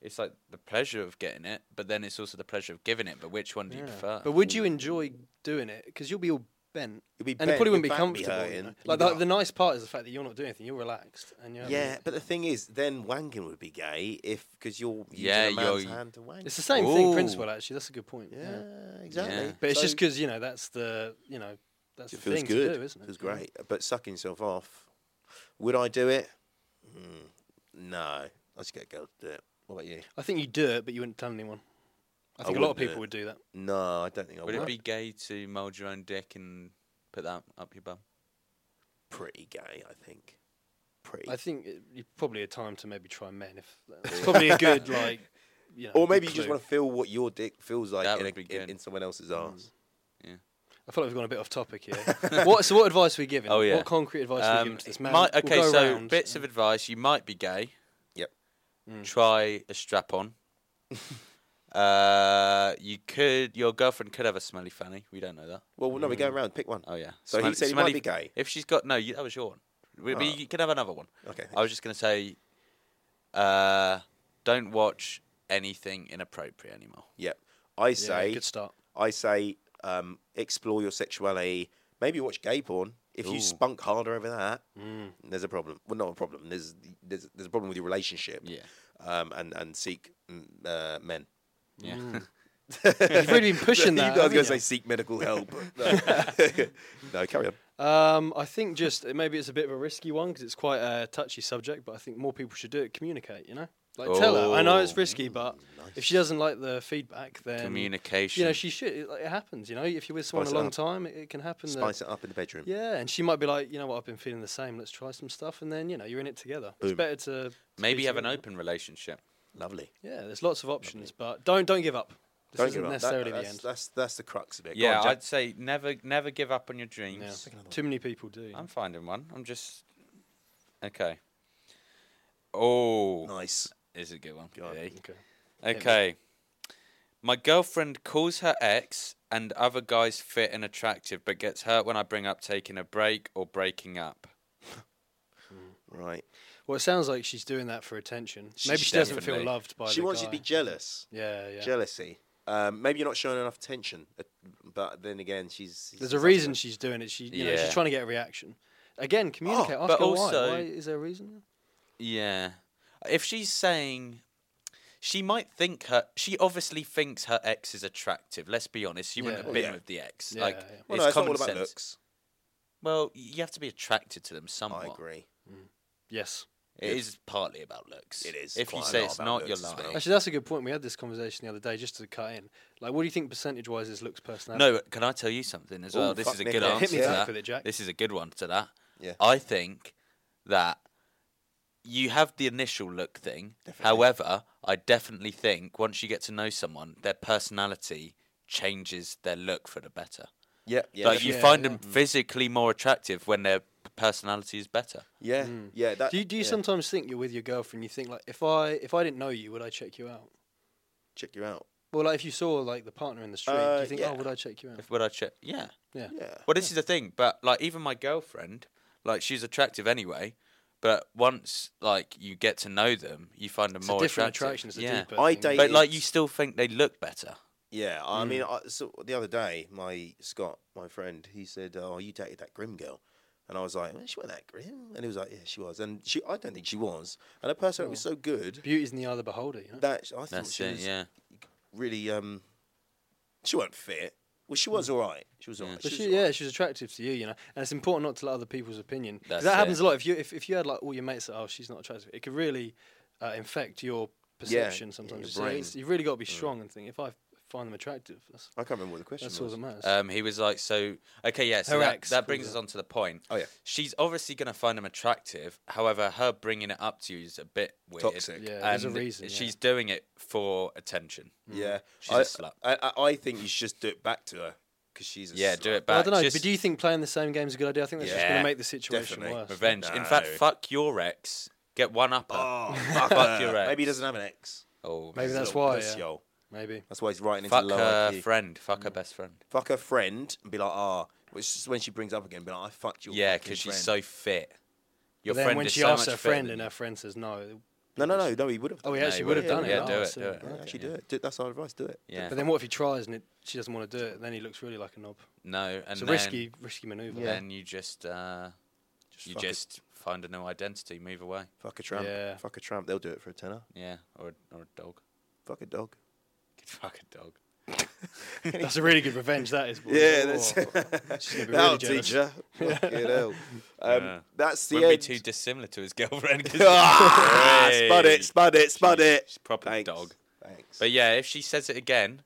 it's like the pleasure of getting it, but then it's also the pleasure of giving it. But which one do you
Yeah.
prefer?
But would you enjoy doing it? Because you'll be all bent.
You'll be
and
bent,
it probably wouldn't be
your back will be
comfortable. you
hurting,
know?
you'll
Like
be
the,
like-
the nice part is the fact that you're not doing anything. You're relaxed and you're having
Yeah,
it.
but the thing is, then wanking would be gay if because you're using
Yeah,
a man's
you're-
hand to wank.
It's the same thing
Ooh.
principle actually. That's a good point.
yeah, exactly.
Yeah.
But it's
So-
just because you know that's the you know that's
It
the
feels
thing
good.
to do, isn't it?
Feels great. But sucking yourself off, would I do it? Mm, no, I just get a girl to do it. What about you?
I think you do it, but you wouldn't tell anyone. I
I
think a lot
wouldn't
of
do
people
it.
would do that.
No, I don't think I would.
Would it be gay to mould your own dick and put that up your bum?
pretty gay? I think. Pretty.
I think it, you probably a time to maybe try men. If uh, it's probably a good like, you know,
or
good
maybe you just
clue.
want to feel what your dick feels like
That
in, a,
would be
in,
good.
in someone else's arse.
I feel like we've gone a bit off topic here. what so what advice are we giving?
Oh, yeah.
What concrete advice are we giving
Um,
to this man?
might-
We'll
okay,
go
so
round
bits of
and-
advice: you might be gay.
Yep.
Mm.
Try a strap on. uh, you could. Your girlfriend could have a smelly fanny. We don't know that.
Well, no, we're going around. Pick one.
Oh yeah.
So he
Smelly-
said he
smelly-
might be gay.
If she's got no, you, that was your one. We, we-
Oh.
you can have another one.
Okay.
I was just gonna say, uh, don't watch anything inappropriate anymore.
Yep. I
yeah,
say.
good start.
I say. Um, explore your sexuality. Maybe watch gay porn. If you
Ooh. Mm.
spunk harder over that, there's a problem. Well, not a problem. There's there's there's a problem with your relationship.
Yeah.
um, and and seek mm, uh, men.
Yeah.
Mm. You've really been pushing that.
you guys
haven't
going to
you?
say seek medical help? but No. no, carry on.
Um, I think just maybe it's a bit of a risky one because it's quite a touchy subject, but I think more people should do it. Communicate, you know, like tell her. I know it's
Oh.
risky, but if she doesn't like the feedback, then
Communication.
Um, You know, she should. It, like, it happens. You know, if you're with someone
Spice
a
it
long
up.
time, it, it can happen. that-
Spice it up in the bedroom.
yeah, and she might be like, you know what, I've been feeling the same. Let's try some stuff, and then you know, you're in it together. It's
Boom.
better to to be
Maybe have an
together.
open relationship.
Lovely.
Yeah, there's lots of options, but don't don't give up. This
Don't
isn't
give up. That-
necessarily the
that's,
end.
That's that's the crux of it. Go
yeah,
on, Jack.
I'd say never, never give up on your
Yeah.
dreams.
Too many people do. you know.
I'm finding one. I'm just okay. Oh,
nice.
is a good one.
Go on.
Yeah.
Okay.
Okay. My girlfriend calls her ex and other guys fit and attractive, but gets hurt when I bring up taking a break or breaking up.
Right.
Well, it sounds like she's doing that for attention.
She
Maybe she doesn't feel
definitely-
loved by.
She
the
wants you to
guy.
be jealous.
Yeah, yeah.
Jealousy. Um, maybe you're not showing enough attention, uh, but then again, she's. she's
There's a
such
reason she's doing it. She, you know,
Yeah.
she's trying to get a reaction. Again, communicate.
Oh,
but
ask her
also-
why. Why is there a reason?
Yeah. If she's saying she might think her she obviously thinks her ex is attractive. Let's be honest. She
Yeah.
wouldn't
Oh,
have been
yeah.
with the ex.
Yeah,
like
yeah.
Well,
it's
no, it's not
common
all about
sense.
looks.
Well, you have to be attracted to them somewhat.
I agree.
Yes.
It is partly about looks.
It is
If
quite
you
a
say
lot
it's
about
not, you're
looks as
lying.
well.
Actually, that's a good point. We had this conversation the other day, just to cut in. Like, what do you think percentage-wise is looks personality?
No, can I tell you something as
Ooh,
well? this
fuck
is a
me,
good
yeah.
answer.
Hit me
to
back
that.
with it, Jack.
This is a good one to that.
Yeah.
I think that you have the initial look thing. However, I definitely think once you get to know someone, their personality changes their look for the better.
Yep. Yeah.
like you
Yeah,
find
yeah.
them physically more attractive when their personality is better.
yeah. Yeah. That,
Hmm. Do you, do you
Uh, yeah.
sometimes think you're with your girlfriend? You think like, if I if I didn't know you, would I check you out?
check you out?
Well, like if you saw like the partner in the street, do
Uh,
you think,
yeah.
oh, would I check you out?
If would I check? Yeah.
Yeah.
Yeah.
Well, this is the thing, but like even my girlfriend, like she's attractive anyway. But once like you get to know them, you find them
It's a
more
different
attractive.
attraction. It's a
yeah.
deeper.
I
thing.
date-
But like
It's-
you still think they look better.
Yeah, I mean,
Hmm.
I, so the other day, my Scott, my friend, he said, "Oh, you dated that grim girl," and I was like, well, "She wasn't that grim," and he was like, "Yeah, she was," and she, I don't think she was, and her personality
Hmm.
was so good
Beauty's in the eye of the beholder. You know?
that I thought
That's
she
it.
was
Yeah.
really um, She wasn't fit. Well, she was all right. She was all
Hmm. Yeah.
right.
But
was
she,
all right.
yeah, she's attractive to you, you know. And it's important not to let other people's opinion. 'cause
That's
that happens
it.
a lot. If you if, if you had like all your mates that oh she's not attractive, it could really uh, infect your perception
in
sometimes.
your
so
brain.
it's, you've really got to be
Mm.
strong and think if I find them attractive, that's
I can't remember what the question
that's all
was.
that matters.
Um, he was like, so okay, yeah. So
Her
that,
ex
that
calls
brings
it.
us on to the point.
Oh, yeah.
she's obviously going to find him attractive. However, her bringing it up to you is a bit weird.
Toxic.
Yeah, there's a
And
reason, yeah.
She's doing it for attention.
Yeah,
mm. She's a slut.
I, I, I think you should just do it back to her because she's a
Yeah,
slut.
do it
But
back.
I don't know.
Just
but do you think playing the same game is a good idea? I think that's just going
Yeah,
to make the situation
definitely.
worse.
revenge? In fact,
No.
fuck your ex. Get one up.
Oh, fuck her.
Fuck your ex.
Maybe he doesn't have an ex.
Oh,
Maybe
He's a
that's
little
why,
pussy,
yeah.
yo.
Maybe.
That's why he's writing into
fuck
low
her
IQ.
friend. Fuck her
Mm.
best friend.
fuck her friend and be like, ah, oh, it's just when she brings up again, be like, I fucked your
Yeah,
fucking
because she's
friend."
so fit. Your
But then
friend
when
is
she
so
asks
much
her friend
fitter
and
than
her friend says no,
No, no, no, no, he would have.
oh he
No,
actually
you
would have done
would've done
it.
it. Yeah,
Oh,
do
I
it,
see.
do it.
Yeah,
Okay.
actually, do it. Do- That's our advice. Do it.
you. Yeah.
But then what if he tries and it, she doesn't want to do it? Then he looks really like a knob.
No, and
It's a
then,
risky, risky maneuver.
Then you just, uh, you
fuck it.
just find a new identity, move away.
Fuck a tramp.
Yeah.
Fuck a tramp. They'll do it for a tenner.
Yeah, or a- or a dog.
Fuck a dog.
Could fuck a dog.
That's a really good revenge. That is. boys.
Yeah,
Oh,
that's
she's gonna be
that'll
really jealous.
teach her. Fucking hell. Um,
Yeah.
That's the
Wouldn't
end.
be too dissimilar to his girlfriend. 'cause-
ah,
Hey.
spud it, spud it, spud
She's-
it.
She's proper
Thanks.
dog.
Thanks.
But yeah, if she says it again,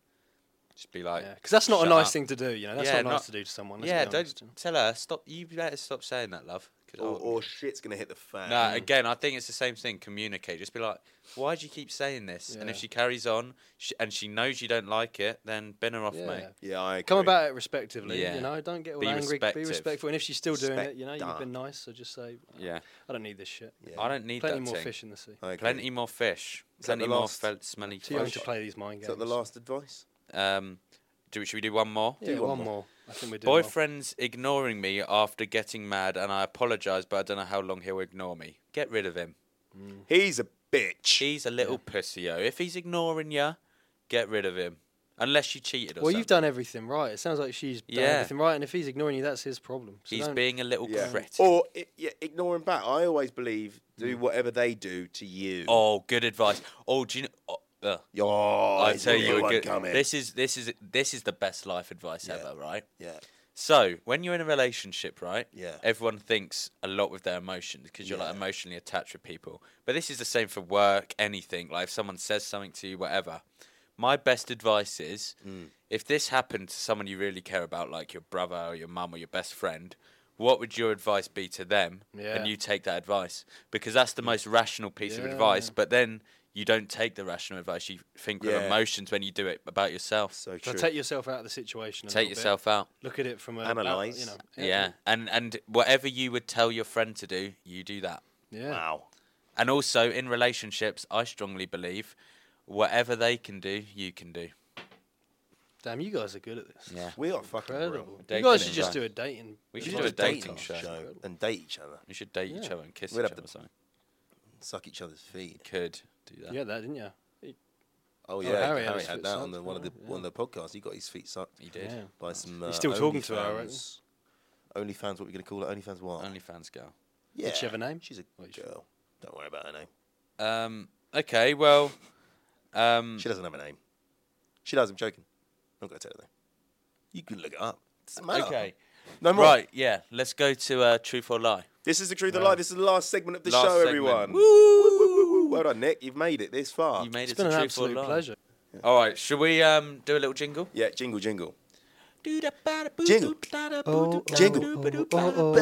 just be like,
Yeah, because that's not
"Shut
a nice
up."
thing to do. You know, that's
Yeah,
not nice
not-
to do to someone. let's
Yeah,
be honest.
don't tell her. Stop. You better stop saying that, love. 'cause
or,
I'll-
or shit's gonna hit the fan.
No, again, I think it's the same thing. Communicate. Just be like, why do you keep saying this? And if
Yeah.
she carries on sh and she knows you don't like it, then bin her off,
Yeah.
mate.
Yeah, I
Come
agree.
about it respectively.
Yeah.
You know, don't get all
Be
angry.
respective.
Be respectful. And if she's still doing it, you know, you've
Respecta.
been nice, so just say,
Yeah.
I don't need this shit.
Yeah.
I don't need
Plenty
that
more
thing.
fish in the sea.
I agree.
Plenty more fish.
Is that the
Plenty more
last-
fel- smelly
Too young
fish.
to play these mind
Is
games.
that the last advice?
Um, do, should we do one more?
Yeah,
Do
one,
one
more.
more.
I think we're doing well.
Boyfriend's ignoring me after getting mad, and I apologise, but I don't know how long he'll ignore me. Get rid of him.
He's a bitch.
He's a little pussyo. If he's ignoring you, get rid of him. Unless you cheated or
Well,
something.
you've done everything right. It sounds like she's done
Yeah.
everything right, and if he's ignoring you, that's his problem. So
He's
don't-
being a little
Yeah.
cretin.
Oh.
Or i- yeah, ignore him back. I always believe do whatever they do to you.
Mm. Oh, good advice. Oh, do you know? oh, uh,
Yo,
I
there's
tell
a
you,
real
a
one
good,
coming.
this is this is this is the best life advice
Yeah.
ever, right?
yeah,
So when you're in a relationship, right?
Yeah.
Everyone thinks a lot with their emotions because you're like
Yeah.
emotionally attached with people. But this is the same for work, anything. Like if someone says something to you, whatever. My best advice is,
Hmm.
if this happened to someone you really care about, like your brother or your mum or your best friend, what would your advice be to them?
Yeah.
And you take that advice because that's
Hmm.
the most rational piece of advice.
Yeah.
But then you don't take the rational advice. You think with
Yeah.
emotions when you do it about yourself.
so
So
true.
take yourself out of the situation. a
Take
little bit.
yourself out.
Look at it from a
Analyse.
You know,
Yeah, and and whatever you would tell your friend to do, you do that.
Yeah.
wow.
And also in relationships, I strongly believe whatever they can do, you can do.
Damn, you guys are good at this.
Yeah,
We are fucking
Incredible.
incredible.
You
Dating
guys should
is
just
right.
do a dating.
We
We
should
should
do a
just date
dating
each
show.
other and date each other.
we should date each
Yeah.
other and kiss
We'd
each
have
other.
to-
or something.
Suck each other's feet.
Could do that.
Yeah, that didn't you?
Oh yeah,
Harry had
Harry,
his
had
feet
that on
sucked,
the one of the
yeah,
one of the podcasts. He got his feet sucked
He did.
Yeah.
by some. Uh,
He's still talking to her, I reckon.
OnlyFans. OnlyFans, what we're gonna call it? OnlyFans what?
OnlyFans girl.
yeah.
she have a name?
She's a
What is she-
girl. Don't worry about her name.
Um. Okay. Well.
Hmm.
Um.
She doesn't have a name. She does. I'm joking. I'm not gonna tell her though. You can look it up. Doesn't matter.
Okay.
No more.
Right. Yeah. Let's go to uh, truth or lie.
This is the truth of life. This is the last segment of the
Last
show,
segment.
everyone.
Woo!
Woo, woo, woo, woo. Well done, Nick. You've made it this far.
You made
It's
it
been
to
an
truth or
absolute
lie.
pleasure.
All right. Should we um do a little jingle?
yeah, jingle, jingle.
Jingle.
Oh,
Jingle.
oh, oh, oh,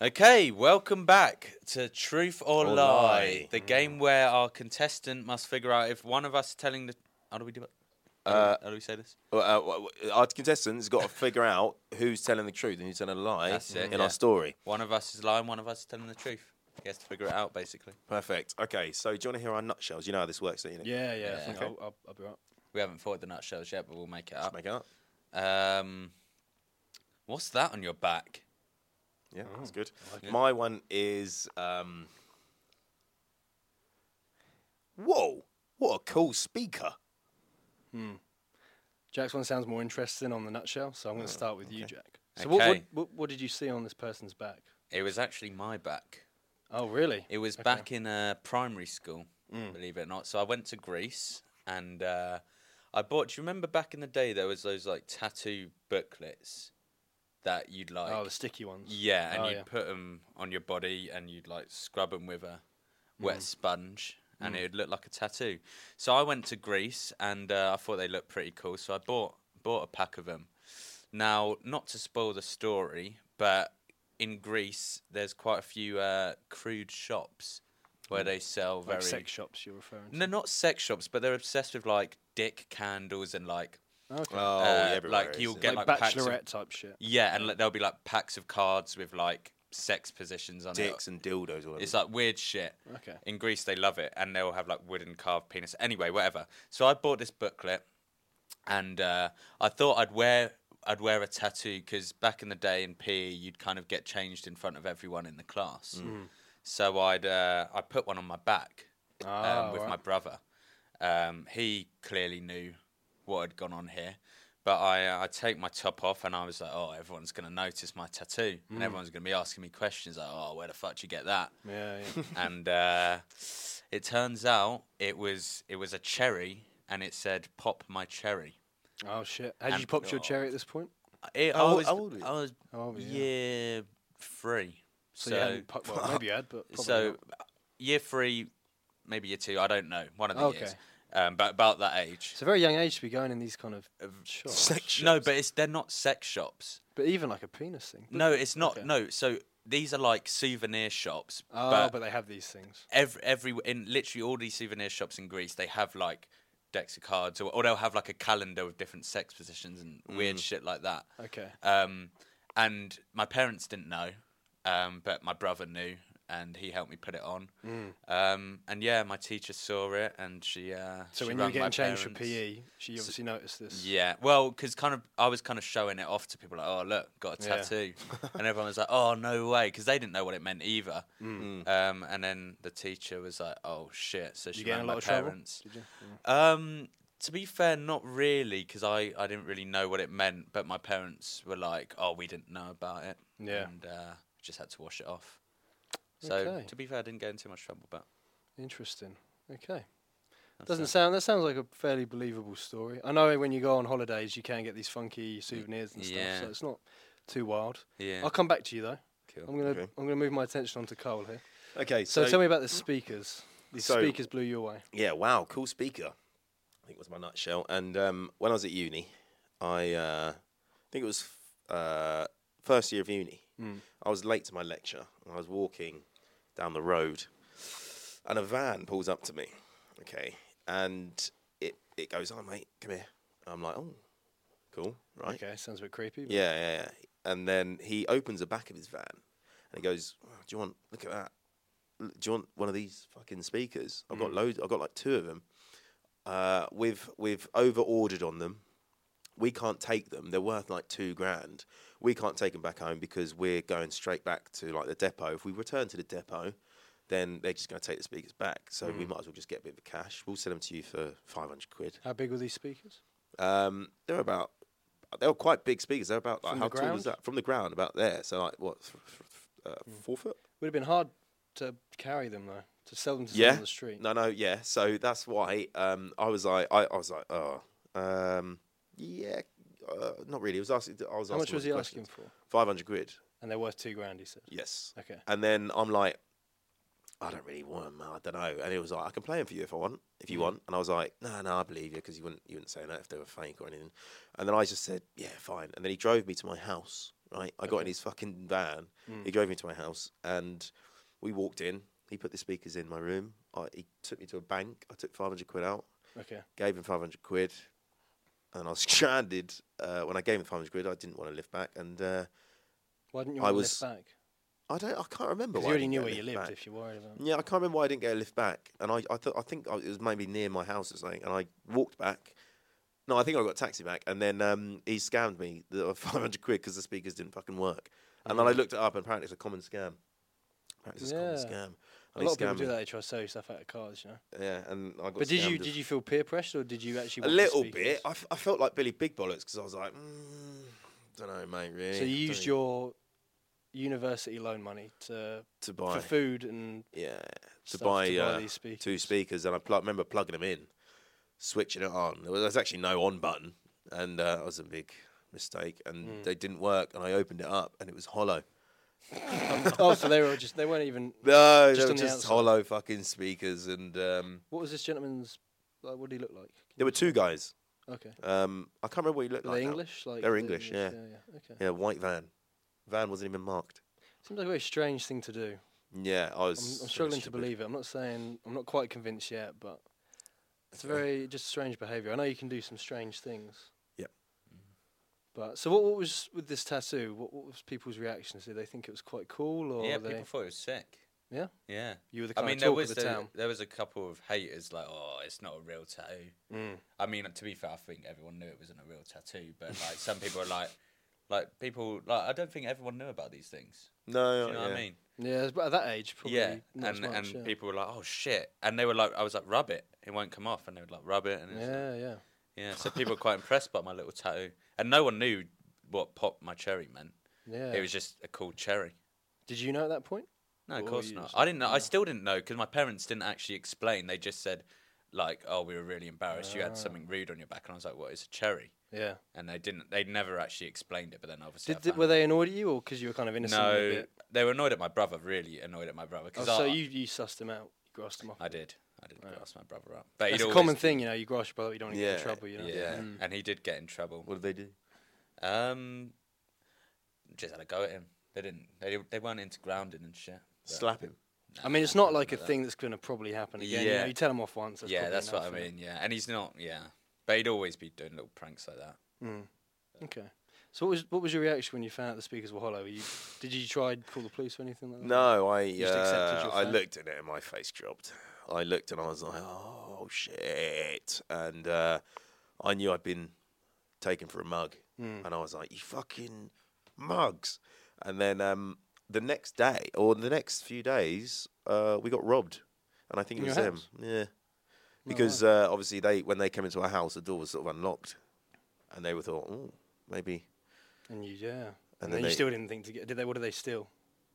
Okay, welcome back to Truth or,
Or
lie,
Lie.
the game where our contestant must figure out if one of us telling the. How do we do it? How do we-
Uh,
how do we say this?
Well, uh, w- w- our contestants got to figure out who's telling the truth and who's telling a lie
That's it,
in
yeah.
our story.
One of us is lying, one of us is telling the truth. He has to figure it out, basically.
Perfect. Okay, so do you want to hear our nutshells? You know how this works, don't you? Nick?
Yeah, yeah. I
Yeah.
think
Okay.
I'll, I'll, I'll be right.
We haven't thought of the nutshells yet, but we'll make it
Just
up.
make it up.
Um, what's that on your back?
Yeah, that's good.
it.
My one is. Um... Whoa! What a cool speaker.
Jack's one sounds more interesting on the nutshell, so I'm going to start with you, Jack. So what, what,
Okay.
what what did you see on this person's back?
It was actually my back.
Oh, really?
It was
Okay. Mm.
back in uh, primary school, believe it or not. So I went to Greece and uh, I bought. Do you remember back in the day there was those like tattoo booklets that you'd like?
oh, the sticky ones.
yeah, and
Oh,
you'd
yeah.
put 'em put them on your body and you'd like scrub them with a
Mm.
wet sponge. And it would look like a tattoo. So I went to Greece, and uh, I thought they looked pretty cool. So I bought bought a pack of them. Now, not to spoil the story, but in Greece, there's quite a few uh, crude shops where they sell
Mm. Like
very
sex shops you're referring to.
no, not sex shops, but they're obsessed with like dick candles and like
Okay.
Oh,
uh,
everywhere
like
is,
you'll
yeah.
get
like,
like packs of,
bachelorette type shit.
yeah, and
Mm.
like, there'll be like packs of cards with like sex positions on
dicks
it.
and dildos. All over.
It's like weird shit.
Okay.
In Greece, they love it, and they'll have like wooden carved penis. Anyway, whatever. So I bought this booklet, and uh, I thought I'd wear I'd wear a tattoo because back in the day in PE, you'd kind of get changed in front of everyone in the
Mm.
class. So I'd uh, I put one on my back
Ah,
Oh,
um, with
right.
my brother. Um, he clearly knew what had gone on here. But I, uh, I take my top off and I was like, oh, everyone's going to notice my tattoo.
Mm.
And everyone's going to be asking me questions like, oh, where the fuck did you get that?
Yeah, yeah.
and uh, it turns out it was it was a cherry, and it said "Pop my cherry."
Oh shit! Had you
And-
popped your cherry at this point?
It,
How
I
ol-
was,
how old were you?
I was
How old were you?
year three,
So,
so
you hadn't popped, well, maybe you had, but probably
so
not.
year three, maybe year two. I don't know. One of the
Okay.
years, um, but about that age.
it's a very young age to be going in these kind of shops.
sex
No, but it's they're not sex shops.
But even like a penis thing.
No, it's not.
Okay.
No, so these are like souvenir shops.
Oh,
but
but, they have these things.
every every in literally all these souvenir shops in Greece, they have like decks of cards, or, or they'll have like a calendar with different sex positions and
Mm.
weird shit like that.
Okay.
Um, and my parents didn't know, um, but my brother knew, and he helped me put it on.
Mm.
Um, and yeah, my teacher saw it, and she. Uh,
So
she
when you were
rang my
getting changed for E?
parents.
PE, she obviously noticed this.
Yeah, well, because kind of I was kind of showing it off to people like, oh look, got a
Yeah.
tattoo, and everyone was like, oh no way, because they didn't know what it meant either.
Mm.
Mm.
Um, and then the teacher was like, oh shit, so
Did you
she
get in a
rang
lot
my
of
parents.
trouble? Did you?
Um, to be fair, not really, because I I didn't really know what it meant, but my parents were like, oh, we didn't know about it.
Yeah.
and uh, just had to wash it off. So
Okay.
to be fair, I didn't get in too much trouble, but
Interesting. Okay. Doesn't sound that sounds like a fairly believable story. I know when you go on holidays, you can get these funky souvenirs and stuff,
yeah.
so it's not too wild.
yeah,
I'll come back to you though.
cool.
I'm gonna
Okay.
I'm gonna move my attention onto Cole here.
Okay,
So,
so,
tell me about the speakers. These
so-
speakers blew you away.
Yeah, wow, cool speaker. I think was my nutshell. And um, when I was at uni, I uh, think it was uh, first year of uni. I was late to my lecture, and I was walking down the road, and a van pulls up to me. Okay, and it it goes, "Oh, mate, come here." I'm like, "Oh, cool, right."
Okay, sounds a bit creepy. But
Yeah, yeah, yeah. And then he opens the back of his van and he goes, oh, "Do you want? Look at that. L- Do you want one of these fucking speakers? I've got loads. I've got like two of them. Uh, we've we've over ordered on them. We can't take them. They're worth like two grand. We can't take them back home because we're going straight back to like the depot. If we return to the depot." Then they're just going to take the speakers back, so we might as well just get a bit of cash. We'll sell them to you for five hundred quid.
How big were these speakers?
Um, they're about they were quite big speakers. They're about like
From the
how tall
ground?
was
Hmm.
that from the ground? About there, so like what f- f- f- uh, four foot?
Would have been hard to carry them though, to sell them to someone
Yeah,
on the street.
No, no, yeah. So that's why um, I was like, I, I was like, oh, um, yeah, uh, not really. I was asking, I was
How much was he asking for?
Five hundred quid.
And they're worth two grand, he said.
Yes.
Okay.
And then I'm like, I don't really want him. I don't know. And he was like, I can play him for you if I want, if
Mm.
you want. And I was like, No, no, I believe you because you wouldn't, you wouldn't say that if they were fake or anything. And then I just said, Yeah, fine. And then he drove me to my house. Right, I got in his fucking van.
Mm.
He drove me to my house, and we walked in. He put the speakers in my room. I, he took me to a bank. I took five hundred quid out
Okay.
gave him 500 quid and I was stranded. Uh, when I gave him 500 quid, I didn't want to lift back. And uh,
Why didn't you
I
want
was-
this back?
I don't, I can't remember
Because you
why. I
already
didn't
knew
get a
where you
lift
lived
back.
if you worried about. it.
Yeah, I can't remember why I didn't get a lift back. And I, I, thought I think I, it was maybe near my house or something. And I walked back. No, I think I got a taxi back. And then um, he scammed me the 500 quid because the speakers didn't fucking work. And then I looked it up and apparently it's a common scam. Apparently it's a common
Mm. Yeah.
scam. I
A
need
lot of people
scamming.
do that. They try to sell you stuff out of cars, you know.
Yeah, and I got.
But did you
scammed
did you feel peer pressure or did you actually
a
want to
little
speak
bit?
this?
I, f- I felt like Billy Big Bollocks because I was like, mm, don't know, mate. Really.
So you
Don't
used
know.
your university loan money to
to buy
for food and
yeah to
stuff
buy,
to
uh,
these speakers.
two speakers, and I pl- remember plugging them in, switching it on. There was, there was actually no on button, and uh, that was a big mistake. And
Hmm.
they didn't work, and I opened it up, and it was hollow.
oh, so they were just they weren't even.
No,
Just
they
on
were
the
just
outside.
hollow fucking speakers, and um,
What was this gentleman's? Like, what did he look like?
there were two guys.
Okay,
Um, I can't remember what he looked
were
like.
they
now.
English? Like
They're English, yeah.
yeah. Okay.
Yeah, white van. Van wasn't even marked.
Seems like a very strange thing to do.
Yeah, I was.
I'm,
so
I'm struggling to
stupid.
believe it. I'm not saying I'm not quite convinced yet, but it's a very just strange behaviour. I know you can do some strange things.
Yep.
But so what? What was with this tattoo? What, what was people's reactions? Did they think it was quite cool, or
yeah,
they,
people thought it was sick.
Yeah?
Yeah.
you were the
I
kind
mean,
of
there
talk
was
of the
a,
town?
there was a couple of haters like, oh, it's not a real tattoo.
Mm.
I mean, to be fair, I think everyone knew it wasn't a real tattoo, but like some people are like, like people like I don't think everyone knew about these things. Do
No,
you know what
yeah.
I mean?
Yeah, but at that age, probably.
yeah.
not as
and
much,
and
yeah.
people were like, oh shit, and they were like, I was like, rub it, it won't come off, and they would like rub it, and it's like,
Yeah, yeah.
yeah. So people were quite impressed by my little tattoo, and no one knew what pop my cherry meant.
Yeah.
It was just a cool cherry.
Did you know at that point?
No, of
Or
course
you
not.
just
I didn't know. I still didn't know because my parents didn't actually explain. They just said, like, "Oh, we were really embarrassed. You
Ah.
had something rude on your back," and I was like, "What? It's a cherry."
Yeah.
And they didn't. They never actually explained it. But then obviously,
Did,
I
th-
found
were
out.
they annoyed at you, or because you were kind of innocent? with
No,
it?
they were annoyed at my brother. Really annoyed at my
Oh,
brother because
so
I,
you you sussed them out, you grassed them off.
I did. I did grass my brother up. But
It's
he'd
a
always
common
do-
thing, you know. You grass your brother, you don't want to get
Yeah,
in trouble, you know. Mm.
Yeah, and he did get in trouble.
What did they do?
Um, just had a go at him. They didn't. They they weren't into grounding and shit. but-
Slap him.
I mean, it's not like a thing that's going to probably happen again. You, know,
Yeah.
you tell them off once. That's
yeah,
probably
that's what I
enough, innit?
mean. Yeah, and he's not. Yeah, but he'd always be doing little pranks like that.
Okay. So what was what was your reaction when you found out the speakers were hollow? Were you, did you try and call the police or anything like that?
No, I
just accepted
uh,
your
I
fate.
looked at it and my face dropped. I looked and I was like, oh shit, and uh, I knew I'd been taken for a mug,
Hmm.
and I was like, you fucking mugs. And then um, the next day or the next few days, uh, we got robbed, and I think
In
it was
your
them.
house? Oh,
Yeah, because uh, obviously they when they came into our house, the door was sort of unlocked, and they were thought, oh, maybe.
And you, yeah.
then
And, then,
they-
you still didn't think to get. Did they? What did they steal?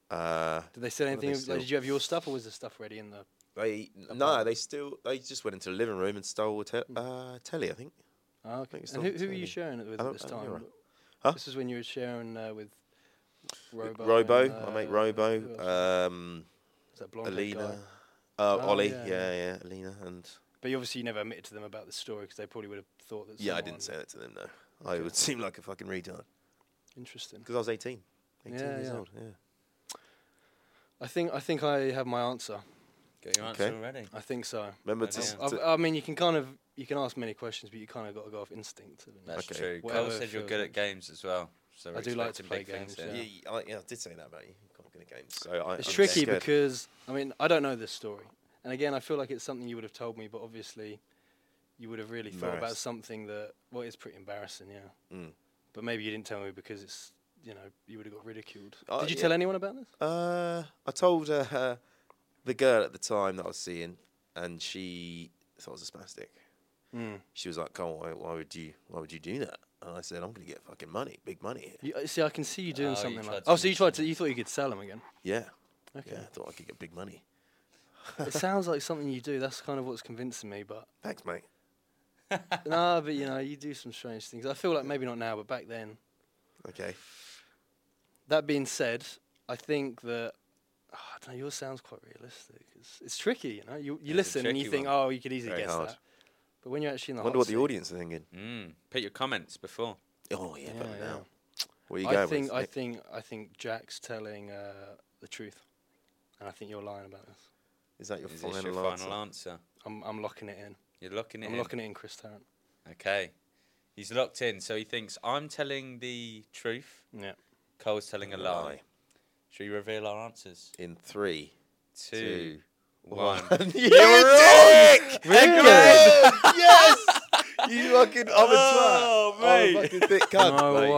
Uh,
Did they steal
did they
anything?
steal?
Like, did you have your stuff, or was the stuff ready in the?
They no, they still they just went into the living room and stole a te- uh, telly. I think
Oh,
think
okay.
it's
And
on
who, who were
TV.
you sharing it with
I
at
don't-
this
I don't
time?
know. Huh?
This is when you were sharing uh, with Robo.
Robo,
and,
my mate
uh, who else?
Robo, um,
Is that blonde haired guy?
Alina, uh,
Oh,
Ollie, yeah.
yeah,
yeah, Alina, and
But you obviously never admitted to them about the story because they probably would have thought that.
yeah, I
someone-
didn't say that to them. No, I would seem like a fucking retard
Interesting.
because I was eighteen. 18
Yeah,
years
yeah.
old. Yeah.
I think I think I have my answer.
Got your
Okay.
answer already.
I think so.
Remember,
I
to,
know.
to-
I, I mean, you can kind of you can ask many questions, but you kind of got to go off instinct. haven't you?
That's
Okay.
true.
Whatever
Carl said you're
feels
good
like-
at games as well. So we're
I do like to
expecting
play
big things
games,
here.
yeah.
yeah, yeah, I, yeah, I did say that about you. You Can't get a game. So I,
It's
I'm
tricky
scared.
because I mean I don't know this story, and again I feel like it's something you would have told me, but obviously you would have really thought about
Embarrassed.
something that well it's pretty embarrassing, yeah.
Mm.
But maybe you didn't tell me because it's you know you would have got ridiculed.
Uh,
Did you
yeah.
tell anyone about this?
Uh, I told uh, her the girl at the time that I was seeing, and she thought I was a spastic. She was like, "Cole, why, why would you? Why would you do that?" And I said, "I'm going to get fucking money, big money here."
You, uh, see, I can see you doing
Oh, you
something
tried
like.
to
Oh, so you
mention
tried to you thought you could sell them again?
Yeah,
Okay.
yeah, I thought I could get big money.
it sounds like something you do. That's kind of what's convincing me, but.
Thanks, mate.
no, but you know, you do some strange things. I feel like maybe not now, but back then.
Okay,
That being said, I think that oh, I don't know. Yours sounds quite realistic. It's, it's tricky, you know. You you
a
listen and you
tricky
think,
one.
oh, you could easily
Very
guess
hard.
that. But when you're actually in
I
the
wonder
hot
what the
seat-
audians are thinking.
Mm. Put your comments before.
Oh yeah,
Yeah,
but
yeah.
now, where are you
I
going
think
with?
I
Nick?
think I think Jack's telling uh, the truth, and I think you're lying about this.
Is that your
Is
final
this your
answer?
final answer?
I'm I'm locking it in.
You're locking it
I'm
in.
locking it in, Chris Tarrant.
Okay. He's locked in, so he thinks I'm telling the truth.
Yeah.
Cole's telling a lie.
Lie.
Should we reveal our answers?
In three,
Two,
Two,
one.
You're wrong.
Really?
yes, You fucking, I'm a twat.
Oh,
I'm a
mate.
fucking thick cunt, mate.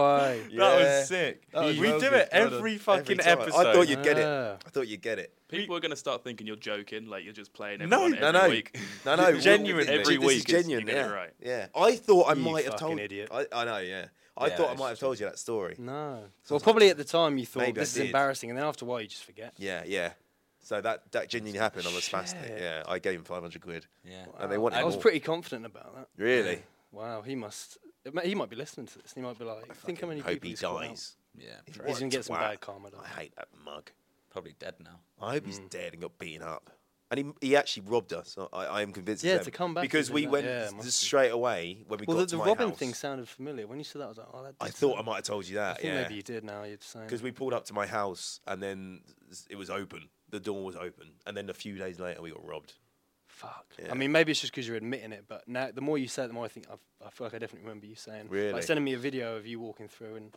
way.
That
Yeah.
was sick.
That was
we
well
do
good.
it
Well
every
done.
fucking
time.
episode.
I thought you'd get
Ah.
it. I thought you'd get it.
People are going to start thinking you're joking, like you're just playing
No,
everyone
No,
every
no,
week.
no, no. we-
Genuine
we-
every
this
week
Is
is-
genuine,
you get
yeah.
it right.
Yeah. I thought I
You
might have
fucking
told.
idiot. Mm.
I, I know. Yeah. I
Yeah,
thought I
it's
might have told you that story.
No. Well, probably at the time you thought
Maybe I
this is
did.
embarrassing, and then after a while you just forget.
Yeah, yeah. So that that genuinely happened. I was spastic.
Shit.
Yeah, I gave him five hundred quid.
Yeah.
And they wanted
I was
more.
pretty confident about that.
Really?
Wow, he must. it may- He might be listening to this. and He might be like, think how many
hope
people
he
he's caught out."
dies.
Yeah.
He's gonna
What a
get some
twat.
bad karma. Though. Mm.
I hate that mug.
Probably dead now.
I hope he's dead and got beaten up. And he, he actually robbed us. I, I am convinced. of
Yeah,
them.
to come back and
because
do
we
that,
went
yeah,
s-
must be.
straight away when we
Well, the,
got to
the
my
Robin
house.
thing sounded familiar. When you said that, I was like, oh, that
I
does
thought I
sound-
might have told you
I
that.
think
yeah,
maybe you did. Now you're saying.
because we pulled up to my house and then s- it was open. The door was open, and then a few days later we got robbed.
Fuck.
Yeah.
I mean, maybe it's just because you're admitting it, but now the more you say it, the more I think I've, I feel like I definitely remember you saying.
Really?
Like sending me a video of you walking through, and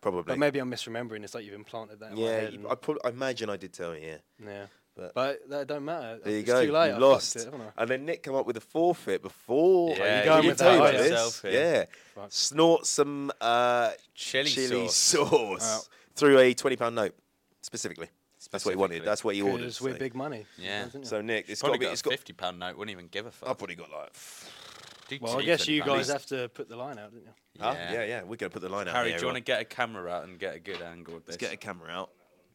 Probably.
but maybe I'm misremembering. It's like you've implanted that. In my
yeah,
head
you-
and-
I, prob- I imagine I did tell you. Yeah.
yeah.
but-
But, that don't matter.
There you
it's
go.
Too late. I
You
fucked
lost.
it, haven't I?
and then Nick came up with a forfeit before.
Yeah, Are you
you
going
with
tell
that?
you this?
Yourself
Yeah.
here.
Fuck.
Snort some uh,
Chili,
chili
sauce.
sauce,
Wow.
through a twenty pound note specifically. That's what he wanted.
Specifically.
That's what he ordered.
Because we're big money.
Yeah.
isn't it?
So Nick, it's got to
Probably
be.
got
It's
a
got.
fifty pound note. Wouldn't even give a fuck.
I probably got like.
Do
well, I
cheap
guess you
anyway.
guys have to put the line out, didn't you?
Yeah. yeah, yeah. We're gonna put the line out.
Harry,
here,
do you want
right?
to get a camera out and get a good angle of this?
Let's get a camera out.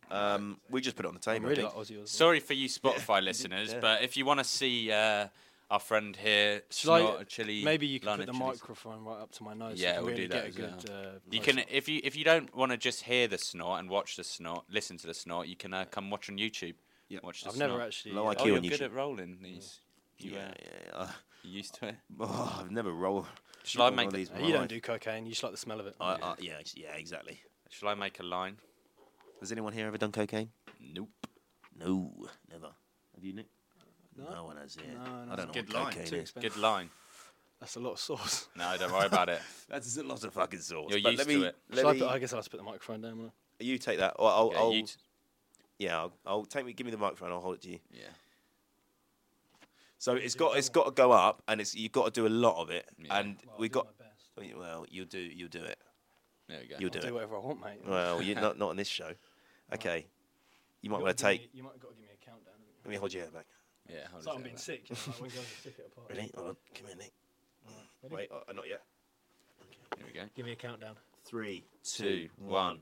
Um, we just put it on the table.
I really
I
like
think.
Aussie. Osbourne.
Sorry for you Spotify listeners, but if you want to see uh, our friend here
Shall I-
snort a chili,
Maybe you could
line
put the
of chilies.
microphone right up to my nose. so
Yeah,
I can
we'll do
really
that
Get a
as
good, uh,
You
close
can,
up.
if you if you don't want to just hear the snort and watch the snort, listen to the snort. You can uh, come watch on YouTube.
Yeah.
Watch the
I've
snort.
never actually.
Like
uh,
Oh,
you
you're
on
good
YouTube.
at rolling these. You,
Yeah,
uh,
yeah. uh,
you used to it.
oh, I've never rolled.
Shall I
rolled
make
one of
the-
these? in my
You don't
life.
do cocaine. You just like the smell of it.
I, I, yeah, ex- yeah, exactly.
Shall I make a line?
Has anyone here ever done cocaine?
Nope.
No, never. Have you, Nick?
No.
one has. Yeah.
No, no.
I don't know
Good
what
line,
cocaine
Too
is.
expensive.
Good line.
That's a lot of sauce.
No, don't worry about it.
That's a lot of fucking sauce.
You're
but
used
let
to
me,
it.
Let
Shall I,
me,
put, I guess I'll just put the microphone down. won't
You take that. Or I'll,
Yeah,
I'll,
you t-
yeah, I'll, I'll take me. Give me the microphone. I'll hold it to you.
yeah.
So it's got it's got to go up, and it's you've got to do a lot of it.
Yeah.
And
I?
we got
I'll
well, you'll do you'll do it.
There we go.
You'll
do
do it.
whatever I want, mate.
Well, you not not on this show. Okay, you might want to take.
You might have got to give me a countdown.
Let me hold your hair back.
Yeah. hold
It's
it
like I'm
there.
being sick. You know, like when girls are sick at a party.
Ready? Hold on. Come here, Nick. Wait, uh, not yet.
There we go.
Give me a countdown.
Three,
Two, one.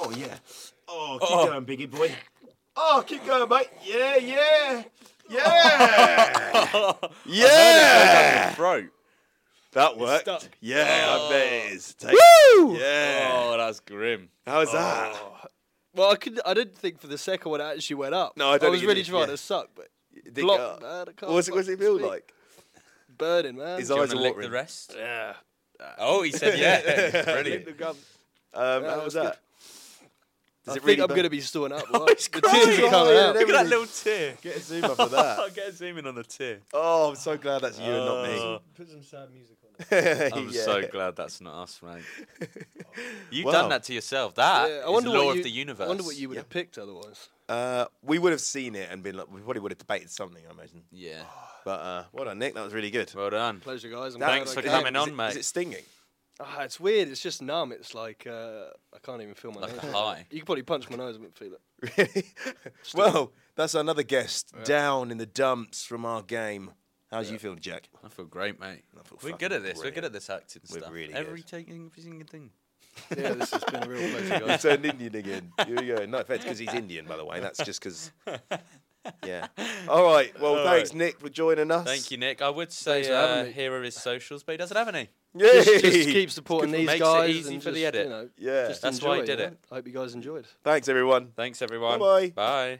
Oh yeah. Oh, keep going, biggie boy. Oh, keep going, mate. Yeah, yeah, yeah, yeah.
Throat.
That worked.
stuck.
Yeah, I bet it is. Take
Woo!
Yeah.
Oh, that's grim.
How's that?
Oh. Well, I could. I didn't think for the second one it actually went up.
No, I don't
was
think it
really
did,
trying
yeah.
to suck, but
Did
block,
go-
man. I can't
What's it? What's it
fucking
feel
speak.
like?
burning, man.
His
Do you
eyes
want
are
to lick the
watering.
rest?
yeah.
Oh, he said yeah.
Lick
Brilliant.
the gum.
Um,
Yeah,
how
that
was
was
that?
I
Does it
think
really
I'm
burn?
gonna be storing up.
Oh,
like,
he's
the tears
crying.
are coming out.
Look at that little tear.
get a zoom up of that?
Get a zoom in on the tear.
Oh, I'm so glad that's you
Oh.
Put some sad music on.
and not me.
I'm
Yeah.
so glad that's not us, mate. You've
Wow.
done that to yourself. That
Yeah,
is
Ah, I wonder
law
what
of
you,
the universe.
I wonder what you would
Yeah.
have picked otherwise.
Uh, we would have seen it and been like, we probably would have debated something, I imagine.
Yeah.
But uh, well done, Nick. That was really good.
Well done.
Pleasure, guys. I'm
That-
glad
Thanks
I
for
came.
coming
is
on,
it-
mate.
Is it stinging?
Ah, it's weird. It's just numb. It's like uh, I can't even feel my
Like
nose.
a high.
You could probably punch my nose. I wouldn't feel it.
Really? well, that's another guest down in the dumps from our game. How's you feeling, Jack?
I feel great, mate.
feel
We're
fucking
good at this. We're
brilliant.
good at this acting
We're
stuff.
really
every
good.
taking every single thing.
Yeah, this has been a real pleasure,
He
guys.
turned Indian again. Here we go. No offense, because he's Indian, by the way. That's just because. Yeah. All right. Well,
All
thanks,
right.
Nick, for joining us.
Thank you, Nick. I would say
Thanks for having
uh,
me.
here are his socials, but he doesn't have any.
Yay!
Just, just keep supporting
Good-
these
makes it
guys.
easy
and
for the
just,
edit.
You know,
Yeah.
just
That's why I
enjoy,
did
you
it.
know? I hope you guys enjoyed.
Thanks, everyone.
Thanks, everyone.
Bye-bye.
Bye.